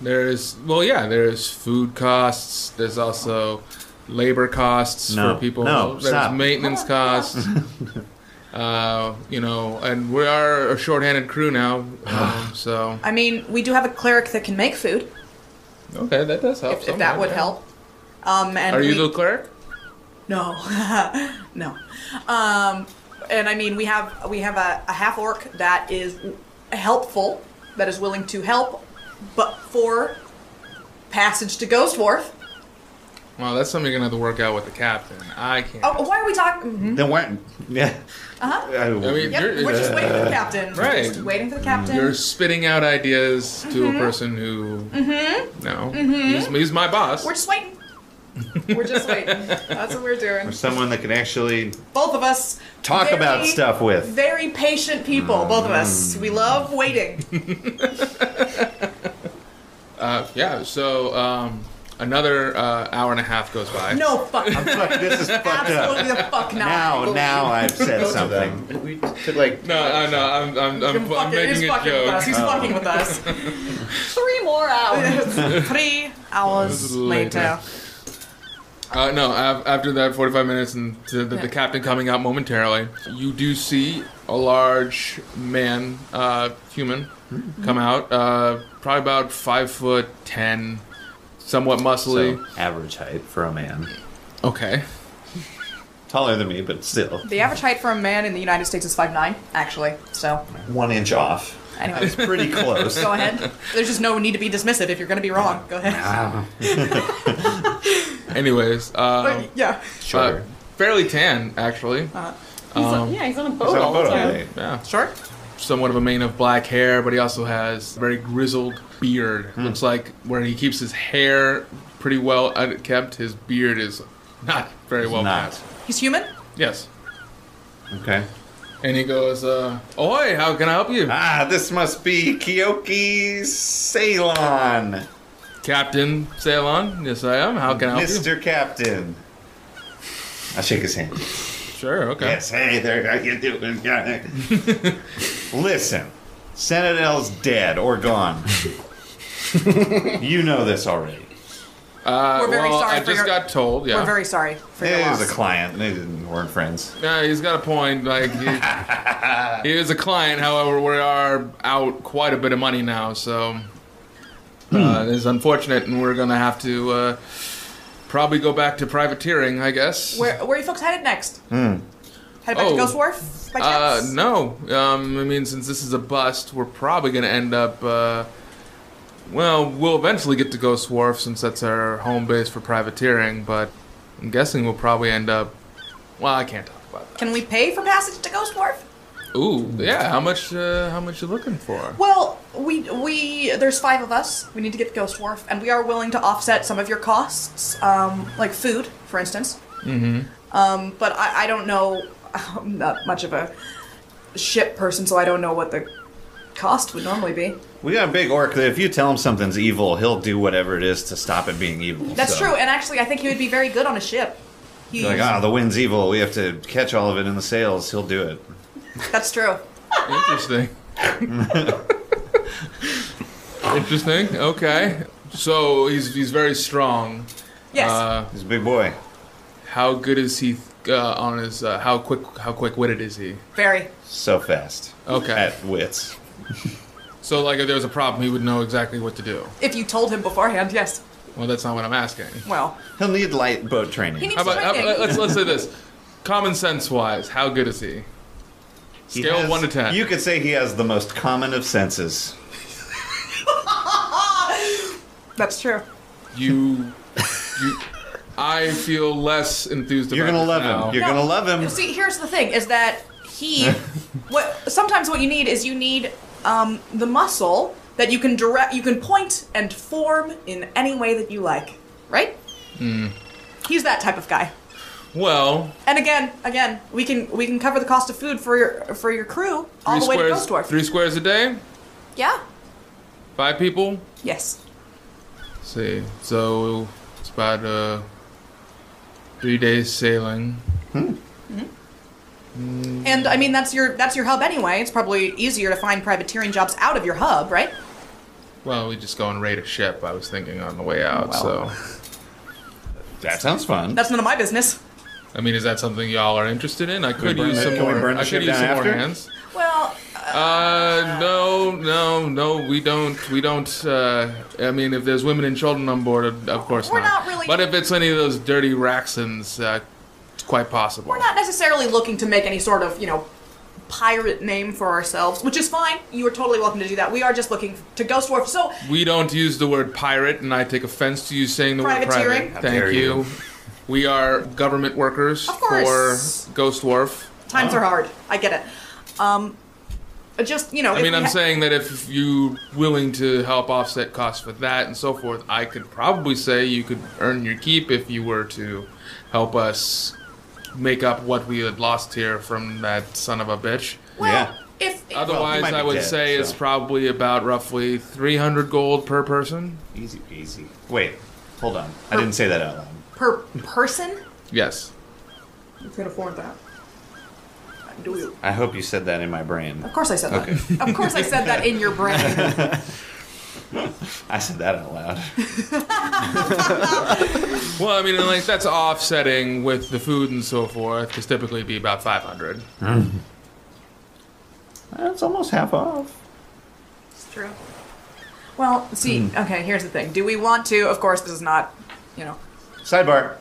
Speaker 2: There's well, yeah. There's food costs. There's also labor costs
Speaker 7: No,
Speaker 2: for people.
Speaker 7: no,
Speaker 2: there's
Speaker 7: stop.
Speaker 2: maintenance
Speaker 7: [laughs]
Speaker 2: costs. uh, you know, and we are a shorthanded crew now. Um, so
Speaker 5: I mean, we do have a cleric that can make food,
Speaker 2: okay, that does help.
Speaker 5: if, if that would
Speaker 2: somewhat, yeah.
Speaker 5: help. Um, and
Speaker 2: Are you the
Speaker 5: we-
Speaker 2: clerk?
Speaker 5: No, no. [laughs] Um, and I mean, we have we have a, a half orc that is helpful, that is willing to help, but for passage to Ghost Wharf.
Speaker 2: Well, that's something you're gonna have to work out with the captain. I can't.
Speaker 5: Oh, why are we talking? mhm.
Speaker 7: Then [laughs] why? Yeah.
Speaker 5: Uh-huh.
Speaker 7: I-
Speaker 2: I mean,
Speaker 5: Yep,
Speaker 2: you're,
Speaker 5: we're just waiting for the captain.
Speaker 2: Right.
Speaker 5: We're just waiting Mm-hmm. for the captain.
Speaker 2: you're spitting out ideas to a person who. No, he's, he's my boss.
Speaker 5: Mm-hmm. We're just waiting. we're just waiting. That's what we're doing.
Speaker 7: for someone that can actually
Speaker 5: Both of us
Speaker 7: talk
Speaker 5: very-
Speaker 7: about stuff with.
Speaker 5: Very patient people, both of
Speaker 2: Mm.
Speaker 5: us. We love waiting.
Speaker 2: Uh, yeah. So um, another uh, hour and a half goes by. [laughs]
Speaker 5: No fuck.
Speaker 7: Fuck, this is fucked
Speaker 5: Absolutely
Speaker 7: up.
Speaker 5: the fuck not.
Speaker 7: Now, now I've said something.
Speaker 9: Them. We took like
Speaker 2: No, I no, I'm, I'm,
Speaker 5: He's
Speaker 2: I'm, I'm
Speaker 5: fucking- he's
Speaker 2: making a
Speaker 5: fucking with us.
Speaker 2: joke. Oh.
Speaker 5: He's fucking with us.
Speaker 6: Three more [laughs] hours.
Speaker 5: Three hours later.
Speaker 2: Later. Uh, no, af- after that 45 minutes and to the, the captain coming out momentarily, you do see a large man, uh, human, come out. Uh, probably about five foot ten, somewhat muscly.
Speaker 7: So, average height for a man.
Speaker 2: Okay.
Speaker 7: Taller than me, but still.
Speaker 5: The average height for a man in the United States is 5'9", actually. So,
Speaker 7: One inch off.
Speaker 2: [laughs]
Speaker 5: anyway,
Speaker 7: [laughs] Pretty close.
Speaker 5: go ahead. There's just no need to be dismissive if you're going to be wrong. Go ahead.
Speaker 2: Anyways, uh,
Speaker 5: But, [laughs] yeah.
Speaker 2: uh,
Speaker 7: Shorter.
Speaker 2: fairly tan actually.
Speaker 6: He's on, yeah, Um, he's on a
Speaker 2: oh,
Speaker 6: boat
Speaker 7: Is that a
Speaker 6: all the
Speaker 7: photo
Speaker 6: time.
Speaker 7: day?
Speaker 2: Yeah.
Speaker 5: Sure.
Speaker 2: somewhat of a mane of black hair, but he also has a very grizzled beard. Looks like where he keeps his hair pretty well un- kept, his beard is not very well
Speaker 7: Not.
Speaker 2: kept.
Speaker 5: He's human?
Speaker 2: Yes.
Speaker 7: Okay.
Speaker 2: And he goes, uh, Ahoy, how can I help you?
Speaker 7: Ah, this must be Kyoki Ceylon,
Speaker 2: Captain Ceylon. Yes, I am. How can I help you?
Speaker 7: Mr. Captain. I'll shake his hand.
Speaker 2: Sure, okay.
Speaker 7: Yes, hey there, how you doing?
Speaker 2: [laughs]
Speaker 7: Yeah. Listen, Senadel's dead
Speaker 2: [laughs]
Speaker 7: or gone. you know this already.
Speaker 2: Uh,
Speaker 5: We're very
Speaker 2: well,
Speaker 5: sorry
Speaker 2: I
Speaker 5: for
Speaker 2: just
Speaker 5: your-
Speaker 2: got told, yeah.
Speaker 5: We're very sorry for your
Speaker 7: It was
Speaker 5: loss.
Speaker 7: a client. They didn't weren't friends.
Speaker 2: Yeah, he's got a point. Like he, he is a client. However, we are out quite a bit of money now, so uh, it's unfortunate, and we're gonna have to uh, probably go back to privateering, I guess.
Speaker 5: where, where are you folks headed next? Headed back
Speaker 2: Oh.
Speaker 5: to Ghost Wharf, by
Speaker 2: uh,
Speaker 5: chance?
Speaker 2: no, um, I mean, since this is a bust, we're probably gonna end up. Uh, well, we'll eventually get to Ghost Wharf since that's our home base for privateering, but I'm guessing we'll probably end up. Well, I can't talk about
Speaker 5: Can we pay for passage to Ghost Wharf?
Speaker 2: that. Ooh, yeah. How much? Uh, how much you looking for?
Speaker 5: Well, we we there's five of us. We need to get the Ghost Wharf, and we are willing to offset some of your costs, um, like food, for instance. Mm-hmm. Um, but I, I don't know. [laughs] I'm not much of a ship person, so I don't know what the cost would normally be.
Speaker 7: We got a big orc that if you tell him something's evil, he'll do whatever it is to stop it being evil.
Speaker 5: That's
Speaker 7: So,
Speaker 5: true, and actually, I think he would be very good on a ship. He,
Speaker 7: Like, ah, the wind's evil. We have to catch all of it in the sails. He'll do it.
Speaker 5: That's true.
Speaker 2: Interesting. Interesting. Okay. So he's he's very strong.
Speaker 5: Yes.
Speaker 2: Uh,
Speaker 7: He's a big boy.
Speaker 2: how good is he uh, on his uh, how quick how quick witted is he?
Speaker 5: Very.
Speaker 7: So fast.
Speaker 2: Okay.
Speaker 7: At wits.
Speaker 2: So like if there was a problem, he would know exactly what to do.
Speaker 5: If you told him beforehand, yes.
Speaker 2: Well, that's not what I'm asking.
Speaker 5: Well,
Speaker 7: He'll need light boat training.
Speaker 5: He needs-
Speaker 2: How about
Speaker 5: It's
Speaker 2: how,
Speaker 5: my thing.
Speaker 2: let's let's say this, common sense wise, how good is he?
Speaker 7: He
Speaker 2: Scale
Speaker 7: has-
Speaker 2: one to ten.
Speaker 7: You could say he has the most common of senses.
Speaker 5: that's true.
Speaker 2: you, you, I feel less enthused.
Speaker 7: You're
Speaker 2: about
Speaker 7: gonna love
Speaker 2: this now.
Speaker 7: him. You're gonna love him.
Speaker 5: See, here's the thing: is that
Speaker 2: [laughs]
Speaker 5: he, what sometimes what you need is you need um, the muscle that you can direct, you can point and form in any way that you like, right?
Speaker 2: Hmm.
Speaker 5: He's that type of guy.
Speaker 2: well,
Speaker 5: And again, again, we can we can cover the cost of food for your for your crew all
Speaker 2: three
Speaker 5: the way to
Speaker 2: squares.
Speaker 5: Ghost Dwarf.
Speaker 2: Three squares a day.
Speaker 5: Yeah.
Speaker 2: Five people.
Speaker 5: Yes.
Speaker 2: Let's see, so it's about uh, three days sailing.
Speaker 5: And I mean that's your that's your hub anyway. It's probably easier to find privateering jobs out of your hub, right?
Speaker 2: Well, we just go and raid a ship. I was thinking on the way out.
Speaker 5: Well.
Speaker 2: So,
Speaker 7: That sounds fun.
Speaker 5: That's none of my business.
Speaker 2: I mean, is that something y'all are interested in? I could
Speaker 7: burn
Speaker 2: use
Speaker 7: the-
Speaker 2: some
Speaker 7: can we
Speaker 2: more.
Speaker 7: burn the
Speaker 2: I
Speaker 7: ship
Speaker 2: could use some more
Speaker 7: down after?
Speaker 2: hands.
Speaker 5: Well, uh,
Speaker 2: Uh, no, no, no. We don't. We don't. Uh, I mean, if there's women and children on board, of of course
Speaker 5: We're
Speaker 2: not.
Speaker 5: not really-
Speaker 2: But if it's any of those dirty Raxons, uh, it's quite possible.
Speaker 5: we're not necessarily looking to make any sort of you know pirate name for ourselves, which is fine. You are totally welcome to do that. We are just looking to Ghost Dwarf. So
Speaker 2: We don't use the word pirate, and I take offense to you saying the word
Speaker 5: Privateering? How
Speaker 2: pirate. Thank
Speaker 3: dare
Speaker 2: you.
Speaker 3: you.
Speaker 2: We are government workers
Speaker 5: Of
Speaker 2: for
Speaker 5: course.
Speaker 2: Ghost Dwarf.
Speaker 5: times are hard. I get it. Um, just you know.
Speaker 2: I
Speaker 5: if
Speaker 2: mean,
Speaker 5: we
Speaker 2: I'm
Speaker 5: ha-
Speaker 2: saying that if you willing to help offset costs for that and so forth, I could probably say you could earn your keep if you were to help us make up what we had lost here from that son of a bitch.
Speaker 5: Well,
Speaker 7: Yeah.
Speaker 5: if
Speaker 2: Otherwise,
Speaker 7: might be
Speaker 2: I would
Speaker 7: dead,
Speaker 2: say it's
Speaker 7: so.
Speaker 2: probably about roughly 300 gold per person.
Speaker 7: Easy, easy. Wait, hold on. I didn't say that out loud.
Speaker 5: per person,
Speaker 2: Yes.
Speaker 5: you can afford that. Do we?
Speaker 7: I hope you said that in my brain.
Speaker 5: Of course, I said that. Of course, I said that in your brain.
Speaker 7: I said that out loud. [laughs]
Speaker 2: Well, I mean, and, like that's offsetting with the food and so forth, because typically it'd be about 500.
Speaker 7: That's almost half off.
Speaker 5: It's true. Well, see, okay, here's the thing. Do we want to? Of course, this is not, you know, [laughs]
Speaker 7: Sidebar.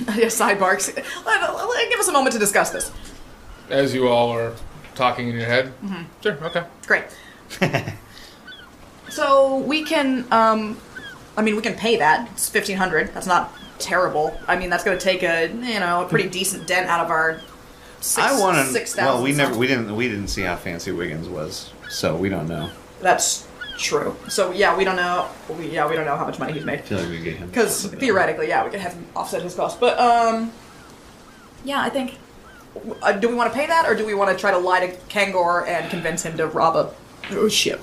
Speaker 5: yeah, sidebarks. [laughs] Let- let- let- Give us a moment to discuss this.
Speaker 2: As you all are talking in your head. Sure, okay.
Speaker 7: [laughs]
Speaker 5: Great. so we can, um, I mean, we can pay that. It's fifteen hundred. That's not terrible. I mean, that's going to take a, you know, a pretty decent dent out of our. Six,
Speaker 7: I want to.
Speaker 5: six thousand.
Speaker 7: Well, we never. We didn't. We didn't see how fancy Wiggins was, so we don't know.
Speaker 5: That's true. So yeah, we don't know. We, yeah, we don't know how much money he's made.
Speaker 7: I feel like we get him.
Speaker 5: Because theoretically, yeah, we could have him offset his cost. But um, yeah, I think. Uh, do we want to pay that, or do we want to try to lie to Kangor and convince him to rob a oh, ship?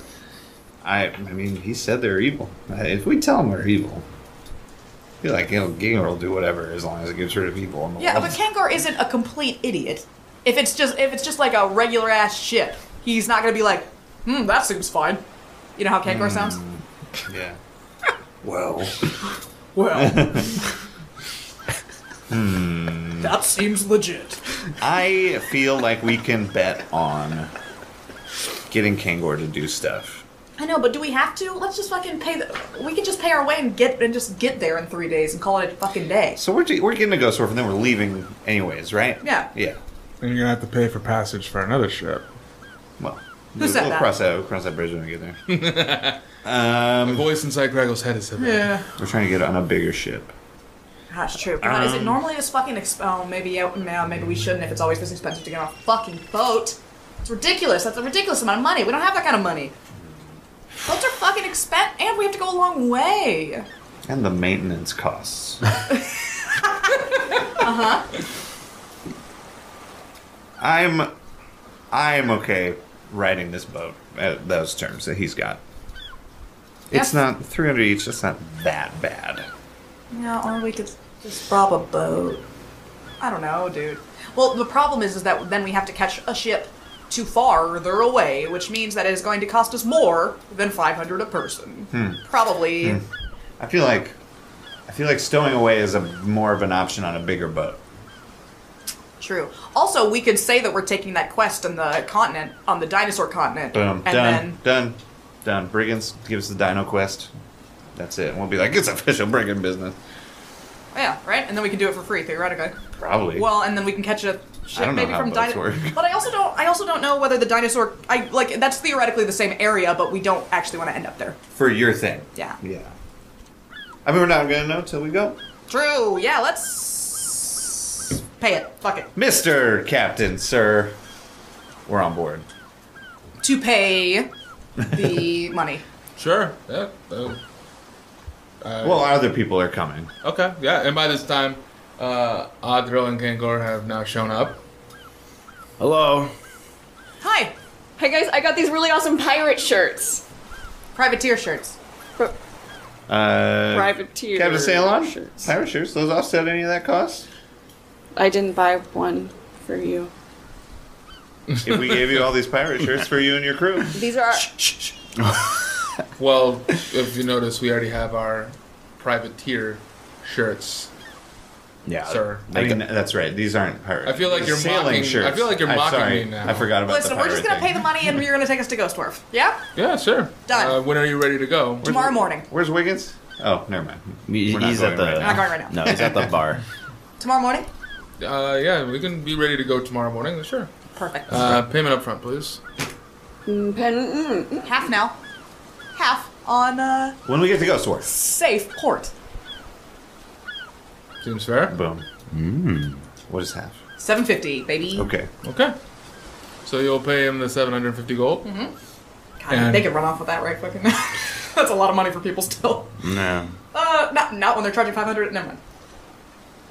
Speaker 7: I. I mean, he said they're evil. If we tell him we're evil, I feel like you know, Ginger will do whatever as long as it gets rid of evil in the
Speaker 5: Yeah,
Speaker 7: world.
Speaker 5: but Kangor isn't a complete idiot. If it's just if it's just like a regular ass ship, he's not gonna be like, hmm, that seems fine. You know how
Speaker 7: Hmm.
Speaker 5: Kangor sounds? [laughs]
Speaker 7: yeah. Well,
Speaker 5: Well.
Speaker 7: hmm.
Speaker 5: That seems legit.
Speaker 7: I feel like we can bet on getting Kangor to do stuff.
Speaker 5: I know, but do we have to? Let's just fucking pay. The, we can just pay our way and get and just get there in three days and call it a fucking day.
Speaker 7: So we're, we're getting a ghost dwarf, and then we're leaving anyways, right?
Speaker 5: Yeah.
Speaker 7: Yeah.
Speaker 2: And you're gonna have to pay for passage for another ship.
Speaker 7: Well,
Speaker 5: Who
Speaker 7: we'll,
Speaker 5: said
Speaker 7: we'll
Speaker 5: that?
Speaker 7: cross that. We'll cross that bridge when we get
Speaker 5: [laughs]
Speaker 7: there.
Speaker 2: The voice inside Grego's head is said that.
Speaker 5: Yeah,
Speaker 7: we're trying to get on a bigger ship.
Speaker 5: that's true. God, is it normally this fucking? Exp- oh, maybe yeah, no, maybe we shouldn't if it's always this expensive to get on a fucking boat. It's ridiculous. That's a ridiculous amount of money. We don't have that kind of money. Boats are fucking expensive, and we have to go a long way.
Speaker 7: And the maintenance costs. uh huh.
Speaker 5: Uh-huh.
Speaker 7: I'm, I'm okay riding this boat at those terms that he's got. It's
Speaker 5: Yes.
Speaker 7: not 300 each. That's not that bad.
Speaker 5: Yeah, or we could just rob a boat. I don't know, dude. Well, the problem is, is that then we have to catch a ship too farther away, which means that it is going to cost us more than 500 a person. Probably.
Speaker 7: I feel like, I feel like stowing away is a more of an option on a bigger boat.
Speaker 5: True. Also, we could say that we're taking that quest on the continent, on the dinosaur continent.
Speaker 7: Boom.
Speaker 5: And
Speaker 7: done.
Speaker 5: then
Speaker 7: Done. Done. Brigands give us the Dino Quest. That's it. We'll be like, it's official brigand business.
Speaker 5: Yeah, right? And then we can do it for free, theoretically.
Speaker 7: Probably.
Speaker 5: Well, and then we can catch a ship
Speaker 7: I don't know
Speaker 5: maybe
Speaker 7: how
Speaker 5: from
Speaker 7: boats
Speaker 5: dinosaur.
Speaker 7: work.
Speaker 5: But I also don't I also don't know whether the dinosaur I like that's theoretically the same area, but we don't actually want to end up there.
Speaker 7: for your thing.
Speaker 5: Yeah.
Speaker 7: Yeah. I mean, we're not gonna know till we go.
Speaker 5: True. Yeah, let's pay it. Fuck it.
Speaker 7: Mister Captain, sir, we're on board.
Speaker 5: To pay
Speaker 7: [laughs]
Speaker 5: the money.
Speaker 2: Sure. Yeah. uh,
Speaker 7: well, other people are coming.
Speaker 2: okay. Yeah. And by this time, uh, Adril and Kangor have now shown up.
Speaker 3: Hello.
Speaker 5: Hi.
Speaker 10: Hey guys, I got these really awesome pirate shirts.
Speaker 5: Privateer shirts.
Speaker 7: Uh,
Speaker 6: Privateer
Speaker 7: Captain Ceylon?
Speaker 6: shirts.
Speaker 7: Pirate shirts. Those offset any of that cost?
Speaker 6: I didn't buy one for you.
Speaker 7: if we gave you all these pirate shirts for you and
Speaker 2: [laughs]
Speaker 7: your crew.
Speaker 10: These are
Speaker 2: Well, if you notice, we already have our privateer shirts,
Speaker 3: Yeah.
Speaker 2: sir.
Speaker 7: I mean, that's right. These aren't pirate.
Speaker 2: I feel like you're
Speaker 7: sailing
Speaker 2: mocking-
Speaker 7: shirts.
Speaker 2: I feel like you're
Speaker 7: I'm
Speaker 2: mocking
Speaker 7: sorry.
Speaker 2: me now.
Speaker 7: I forgot about
Speaker 5: Listen,
Speaker 7: the
Speaker 5: we're
Speaker 7: pirate
Speaker 5: just gonna
Speaker 7: thing.
Speaker 5: pay the money and you're gonna take us to Ghost Dwarf. Yeah?
Speaker 2: Yeah, sure.
Speaker 5: Done.
Speaker 2: Uh, when are you ready to go?
Speaker 5: Tomorrow morning.
Speaker 7: Where's Wiggins? Oh, never mind.
Speaker 3: He-
Speaker 7: We're not
Speaker 3: he's
Speaker 7: going
Speaker 3: at the.
Speaker 7: right now.
Speaker 5: We're not going right now.
Speaker 3: No, he's at the bar.
Speaker 5: Tomorrow morning?
Speaker 2: Uh, yeah, we can be ready to go tomorrow morning. Sure.
Speaker 5: Perfect.
Speaker 2: Uh, payment up front, please.
Speaker 6: Mm, Pen, mm, mm.
Speaker 5: half now. Half on uh
Speaker 7: When we get to Ghost Wharf.
Speaker 5: safe port.
Speaker 2: Seems fair.
Speaker 7: Boom. Mm.
Speaker 2: Hmm.
Speaker 7: What is half?
Speaker 5: 750, baby.
Speaker 7: Okay.
Speaker 2: Okay. So you'll pay him the 750 gold.
Speaker 5: God,
Speaker 2: And-
Speaker 5: they could run off with that right fucking now. [laughs] That's a lot of money for people still.
Speaker 3: No.
Speaker 5: Uh, not not when they're charging five hundred. Never mind.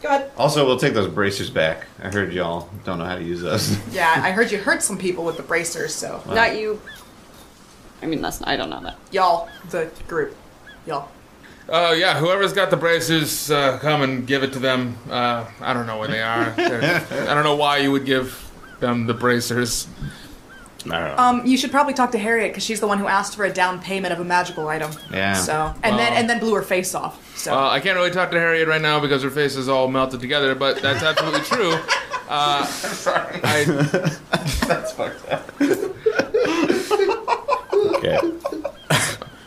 Speaker 5: Go ahead.
Speaker 7: Also, we'll take those bracers back. I heard y'all don't know how to use those.
Speaker 5: Yeah, I heard you hurt some people with the bracers, so
Speaker 6: Not you. I mean, that's I don't know that.
Speaker 5: y'all, the group, y'all.
Speaker 2: Uh, yeah, whoever's got the braces, uh, come and give it to them. Uh, I don't know where they
Speaker 7: [laughs]
Speaker 2: are. They're- I don't know why you would give them the bracers.
Speaker 3: I don't know.
Speaker 5: Um, you should probably talk to Harriet because she's the one who asked for a down payment of a magical item.
Speaker 7: Yeah.
Speaker 5: So and then
Speaker 2: Wow.
Speaker 5: and then blew her face off. So
Speaker 2: Uh, I can't really talk to Harriet right now because her face is all melted together, but that's absolutely true. Uh, I'm sorry. I,
Speaker 7: That's fucked up.
Speaker 3: okay.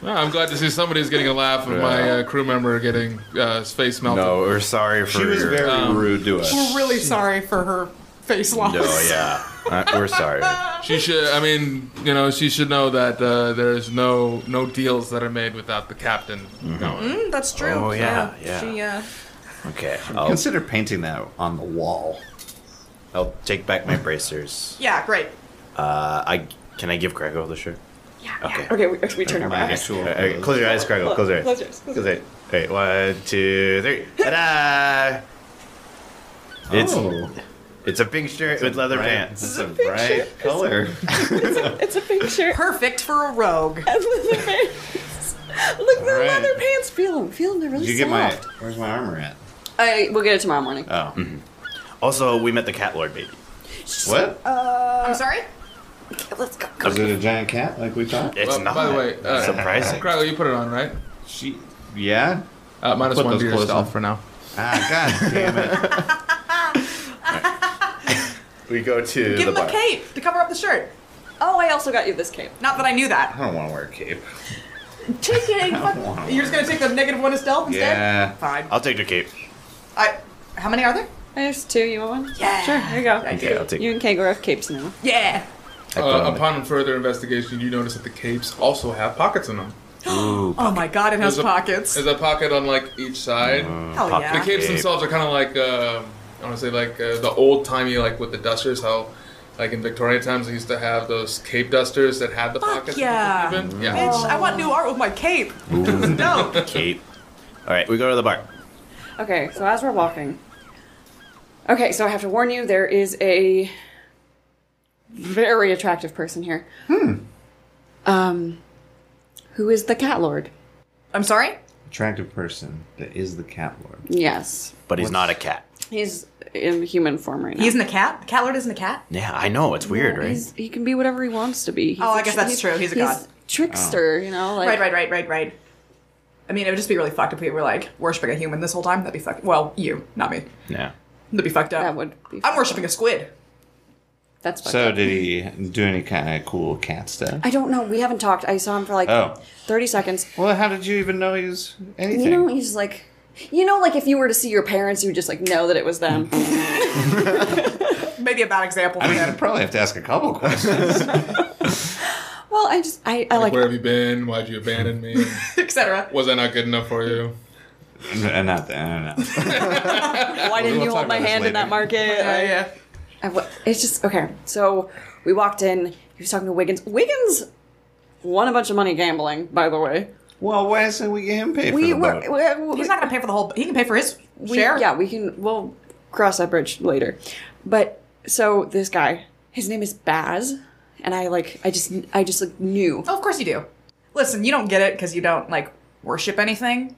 Speaker 2: well, I'm glad to see somebody's getting a laugh of my uh, crew member getting uh, his face melted.
Speaker 3: No, we're sorry for.
Speaker 7: She was
Speaker 3: your-
Speaker 7: very
Speaker 5: Um,
Speaker 7: rude to us.
Speaker 5: we're really sorry for her face loss.
Speaker 3: No,
Speaker 7: [laughs]
Speaker 3: yeah. Uh, we're sorry.
Speaker 2: She should. I mean, you know, she should know that uh, there's no no deals that are made without the captain
Speaker 7: Mm-hmm.
Speaker 2: knowing.
Speaker 5: Mm, [laughs] That's true.
Speaker 3: Oh, yeah, yeah.
Speaker 5: She uh,
Speaker 3: Okay. I'll,
Speaker 7: Consider painting that on the wall.
Speaker 3: I'll take back my bracers.
Speaker 5: yeah, great.
Speaker 3: Uh, I can I give Craigo the shirt?
Speaker 10: yeah.
Speaker 3: Okay.
Speaker 10: Okay, we, we turn
Speaker 7: My
Speaker 10: around.
Speaker 7: actual.
Speaker 3: All right, Uh, close your eyes, Craigo. Close your eyes.
Speaker 10: Close your eyes, close
Speaker 3: Close your eyes. All right, one, two, three. Ta-da! It's
Speaker 7: Oh,
Speaker 3: it's a pink shirt with leather
Speaker 7: bright-
Speaker 3: pants.
Speaker 7: It's a bright color.
Speaker 10: It's a pink
Speaker 5: [laughs]
Speaker 10: shirt.
Speaker 5: Perfect for a rogue.
Speaker 10: [laughs] And leather pants. Look, they're
Speaker 7: All right.
Speaker 10: leather pants. Feel them. Feel them. They're really
Speaker 7: Did you get my?
Speaker 10: soft.
Speaker 7: Where's my armor at?
Speaker 6: I we'll get it tomorrow morning.
Speaker 7: Oh,
Speaker 3: Also, we met the cat lord baby.
Speaker 7: what?
Speaker 5: Uh, I'm sorry.
Speaker 10: Okay, let's go.
Speaker 7: Is it a giant cat like we thought?
Speaker 3: It's
Speaker 2: Well,
Speaker 3: not.
Speaker 2: by the way, uh,
Speaker 3: surprising.
Speaker 2: Crowley, you put it on, right?
Speaker 7: She. Yeah.
Speaker 2: Uh, minus
Speaker 7: Put
Speaker 2: one
Speaker 7: those
Speaker 2: to
Speaker 7: clothes
Speaker 2: yourself
Speaker 7: on.
Speaker 2: for now.
Speaker 7: Ah, god damn it. [laughs]
Speaker 3: we go to
Speaker 5: Give
Speaker 3: the
Speaker 5: him a
Speaker 3: bar.
Speaker 5: cape to cover up the shirt.
Speaker 10: Oh, I also got you this cape.
Speaker 5: Not that I knew that.
Speaker 7: I don't want to wear a cape.
Speaker 5: [laughs] Take it.
Speaker 7: I don't want to.
Speaker 5: You're just gonna take the negative one to stealth instead.
Speaker 7: Yeah.
Speaker 5: Fine.
Speaker 3: I'll take the [gasps] cape.
Speaker 5: I. How many are there?
Speaker 6: There's two. You want one?
Speaker 5: Yeah.
Speaker 6: Sure. Here you go.
Speaker 3: Okay, I'll take.
Speaker 6: You and Kangor have capes now.
Speaker 5: Yeah.
Speaker 3: I put
Speaker 2: Uh,
Speaker 3: on
Speaker 2: upon further investigation, you notice that the capes also have pockets in them.
Speaker 5: Oh my god, it has
Speaker 2: a-
Speaker 5: pockets.
Speaker 2: There's a pocket on like each side.
Speaker 5: Hell
Speaker 3: pop-
Speaker 5: yeah.
Speaker 2: The capes
Speaker 3: Cape.
Speaker 2: themselves are kind of like um I want to say like uh, the old timey like with the dusters. How like in Victorian times they used to have those cape dusters that had the
Speaker 5: Fuck
Speaker 2: pockets.
Speaker 5: yeah.
Speaker 2: that you could keep in. Yeah.
Speaker 5: Bitch, I want new art with my cape. no.
Speaker 3: the cape. All right, we go to the bar.
Speaker 6: Okay. So as we're walking. Okay. So I have to warn you. There is a very attractive person here. Hmm. Um, who is the cat lord?
Speaker 5: I'm sorry.
Speaker 7: Attractive person that is the cat lord.
Speaker 6: Yes.
Speaker 3: But he's not a cat.
Speaker 6: He's in human form right now.
Speaker 5: He isn't a cat. The cat lord isn't a cat.
Speaker 3: Yeah, I know it's weird, right?
Speaker 6: He's, he can be whatever he wants to be. He's
Speaker 5: Oh, I
Speaker 6: a
Speaker 5: guess
Speaker 6: tr-
Speaker 5: that's true. He's a god.
Speaker 6: trickster,
Speaker 7: Oh.
Speaker 6: you know. Like,
Speaker 5: Right, right, right, right, right. I mean, it would just be really fucked if we were like worshiping a human this whole time. That'd be fucking. Well, you, not me.
Speaker 3: Yeah.
Speaker 5: That'd be fucked up. That
Speaker 6: would be.
Speaker 5: I'm worshiping a squid.
Speaker 6: That's fucked
Speaker 7: So
Speaker 6: up.
Speaker 7: did he do any kind of cool cat stuff?
Speaker 6: I don't know. We haven't talked. I saw him for like
Speaker 7: Oh.
Speaker 6: 30 seconds.
Speaker 7: Well, how did you even know he was anything?
Speaker 6: You know, he's like, you know, like if you were to see your parents, you would just like know that it was them.
Speaker 7: Mm-hmm.
Speaker 5: Maybe a bad example.
Speaker 7: I mean, I'd probably have to ask a couple questions. [laughs]
Speaker 6: well, I just, I, I like,
Speaker 2: Where have you been? Why'd you abandon me?
Speaker 5: [laughs] Etc.
Speaker 2: Was I not good enough for you?
Speaker 7: N- Not that, I don't know.
Speaker 6: why didn't
Speaker 7: we'll
Speaker 6: you
Speaker 7: talk
Speaker 6: hold my
Speaker 7: about this
Speaker 6: hand
Speaker 7: later.
Speaker 6: in that market? I-
Speaker 5: yeah.
Speaker 6: I wa- it's just okay. So we walked in. He was talking to Wiggins. Wiggins won a bunch of money gambling, by the way.
Speaker 7: Well, why isn't we getting paid for
Speaker 6: We
Speaker 7: the
Speaker 6: were.
Speaker 7: boat?
Speaker 6: we- we-
Speaker 5: He's not gonna pay for the whole. He can pay for his
Speaker 6: we-
Speaker 5: share.
Speaker 6: Yeah, we can. We'll cross that bridge later. But so this guy, his name is Baz, and I like. I just. I just like knew.
Speaker 5: Oh, of course you do. Listen, you don't get it because you don't like worship anything.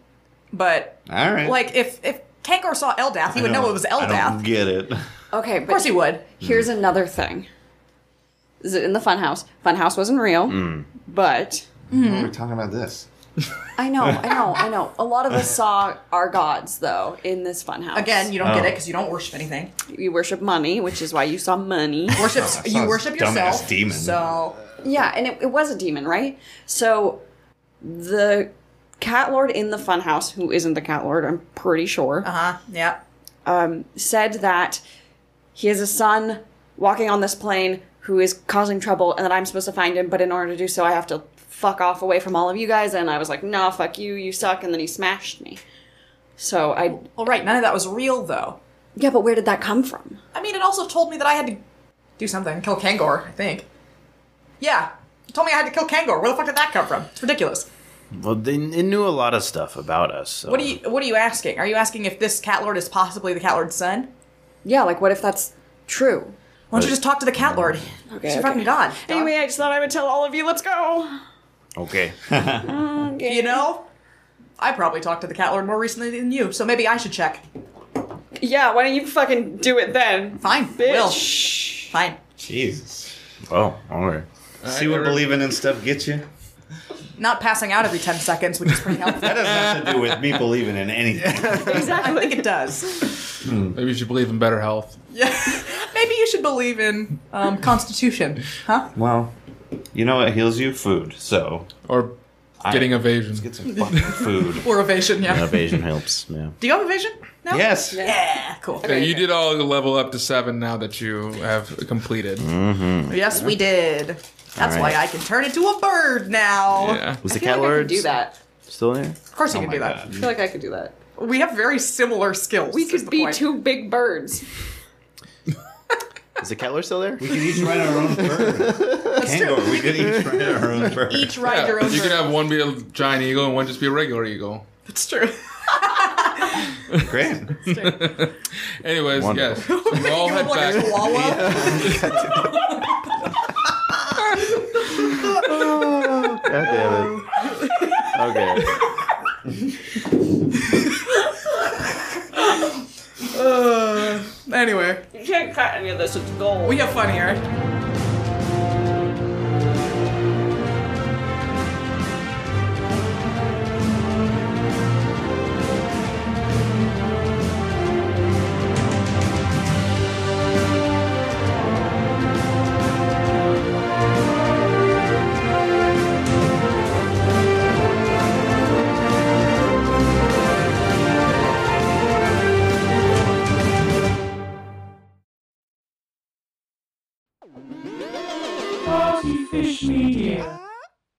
Speaker 5: But
Speaker 7: All right.
Speaker 5: like, if if Kankor saw Eldath, he
Speaker 7: I
Speaker 5: would know
Speaker 7: don't-
Speaker 5: it was
Speaker 7: I
Speaker 5: Eldath.
Speaker 7: don't
Speaker 5: Of
Speaker 7: get it.
Speaker 6: Okay, but
Speaker 5: course he would.
Speaker 6: here's another thing. Is it in the Funhouse? Funhouse wasn't real, but
Speaker 7: Why are we talking about this?
Speaker 6: I know, I know, I [laughs] know. A lot of us saw our gods though in this Funhouse.
Speaker 5: Again, you don't get
Speaker 7: Oh.
Speaker 5: it because you don't worship anything.
Speaker 6: you worship money, which is why you saw money.
Speaker 5: Worship.
Speaker 7: Oh, saw
Speaker 5: you
Speaker 7: this
Speaker 5: worship
Speaker 7: dumbass
Speaker 5: yourself.
Speaker 7: demon.
Speaker 5: So
Speaker 6: yeah, and it, it was a demon, right? So the cat lord in the funhouse, who isn't the cat lord, I'm pretty sure,
Speaker 5: uh huh. Yeah.
Speaker 6: said that he has a son walking on this plane who is causing trouble and that I'm supposed to find him, but in order to do so, I have to fuck off away from all of you guys. And I was like, no, fuck you, you suck. And then he smashed me. So I.
Speaker 5: Well, right. None of that was real though.
Speaker 6: Yeah, but where did that come from?
Speaker 5: I mean, it also told me that I had to do something. Kill Kangor, I think. Yeah. It told me I had to kill Kangor. Where the fuck did that come from? It's ridiculous.
Speaker 3: Well, they, they knew a lot of stuff about us. So.
Speaker 5: What are you What are you asking? Are you asking if this cat lord is possibly the cat lord's son?
Speaker 6: Yeah, like, what if that's true?
Speaker 5: Why don't you just talk to the cat lord?
Speaker 6: Okay,
Speaker 5: She's a
Speaker 6: okay.
Speaker 5: fucking god. dog.
Speaker 6: Anyway, I just thought I would tell all of you, let's go.
Speaker 3: Okay. [laughs]
Speaker 5: you know, I probably talked to the cat lord more recently than you, so maybe I should check.
Speaker 6: Yeah, why don't you fucking do it then?
Speaker 5: Fine, will.
Speaker 6: Bitch. [laughs]
Speaker 5: Fine.
Speaker 7: Jesus.
Speaker 3: Oh, all right.
Speaker 7: See what believing in stuff gets you?
Speaker 5: Not passing out every ten seconds, which is pretty
Speaker 7: That
Speaker 5: helpful.
Speaker 7: [laughs] doesn't have to do with me believing in anything.
Speaker 5: I think it does.
Speaker 2: Maybe you should believe in better health.
Speaker 5: Yeah. maybe you should believe in um, constitution, huh?
Speaker 7: Well, you know what heals you? Food. So
Speaker 2: Or getting evasion.
Speaker 3: [laughs]
Speaker 7: get some fucking food.
Speaker 5: Or evasion, yeah.
Speaker 3: Evasion helps. Yeah.
Speaker 5: Do you have evasion? No.
Speaker 7: yes.
Speaker 5: Yeah. Cool.
Speaker 2: Okay, you did all the level up to seven now that you have completed.
Speaker 5: Yes, we did. That's why I can turn into a bird now.
Speaker 2: Yeah.
Speaker 3: Was the
Speaker 6: I feel
Speaker 3: cat
Speaker 6: like I
Speaker 3: lord
Speaker 6: could do that.
Speaker 3: still there?
Speaker 5: Of course, you
Speaker 7: Oh
Speaker 5: can
Speaker 7: my
Speaker 5: do that.
Speaker 6: I
Speaker 7: God.
Speaker 6: feel like I could do that.
Speaker 5: We have very similar skills.
Speaker 6: We
Speaker 5: is
Speaker 6: could
Speaker 5: the
Speaker 6: be
Speaker 5: point.
Speaker 6: two big birds.
Speaker 3: Is the cat lord still [laughs] there?
Speaker 7: We could each write our own bird. Kangaroo. We could each write our own bird.
Speaker 5: Each ride
Speaker 2: Yeah,
Speaker 5: your own.
Speaker 2: you
Speaker 5: bird.
Speaker 2: could have one be a giant eagle and one just be a regular eagle.
Speaker 5: That's true.
Speaker 7: Great.
Speaker 2: Anyways,
Speaker 3: Wonderful.
Speaker 2: yes. So we
Speaker 5: [laughs]
Speaker 2: all head
Speaker 5: Like a
Speaker 2: back.
Speaker 5: chihuahua.
Speaker 3: God damn it. Okay.
Speaker 5: Uh, anyway,
Speaker 6: You can't cut any of this. It's gold.
Speaker 5: we have fun here.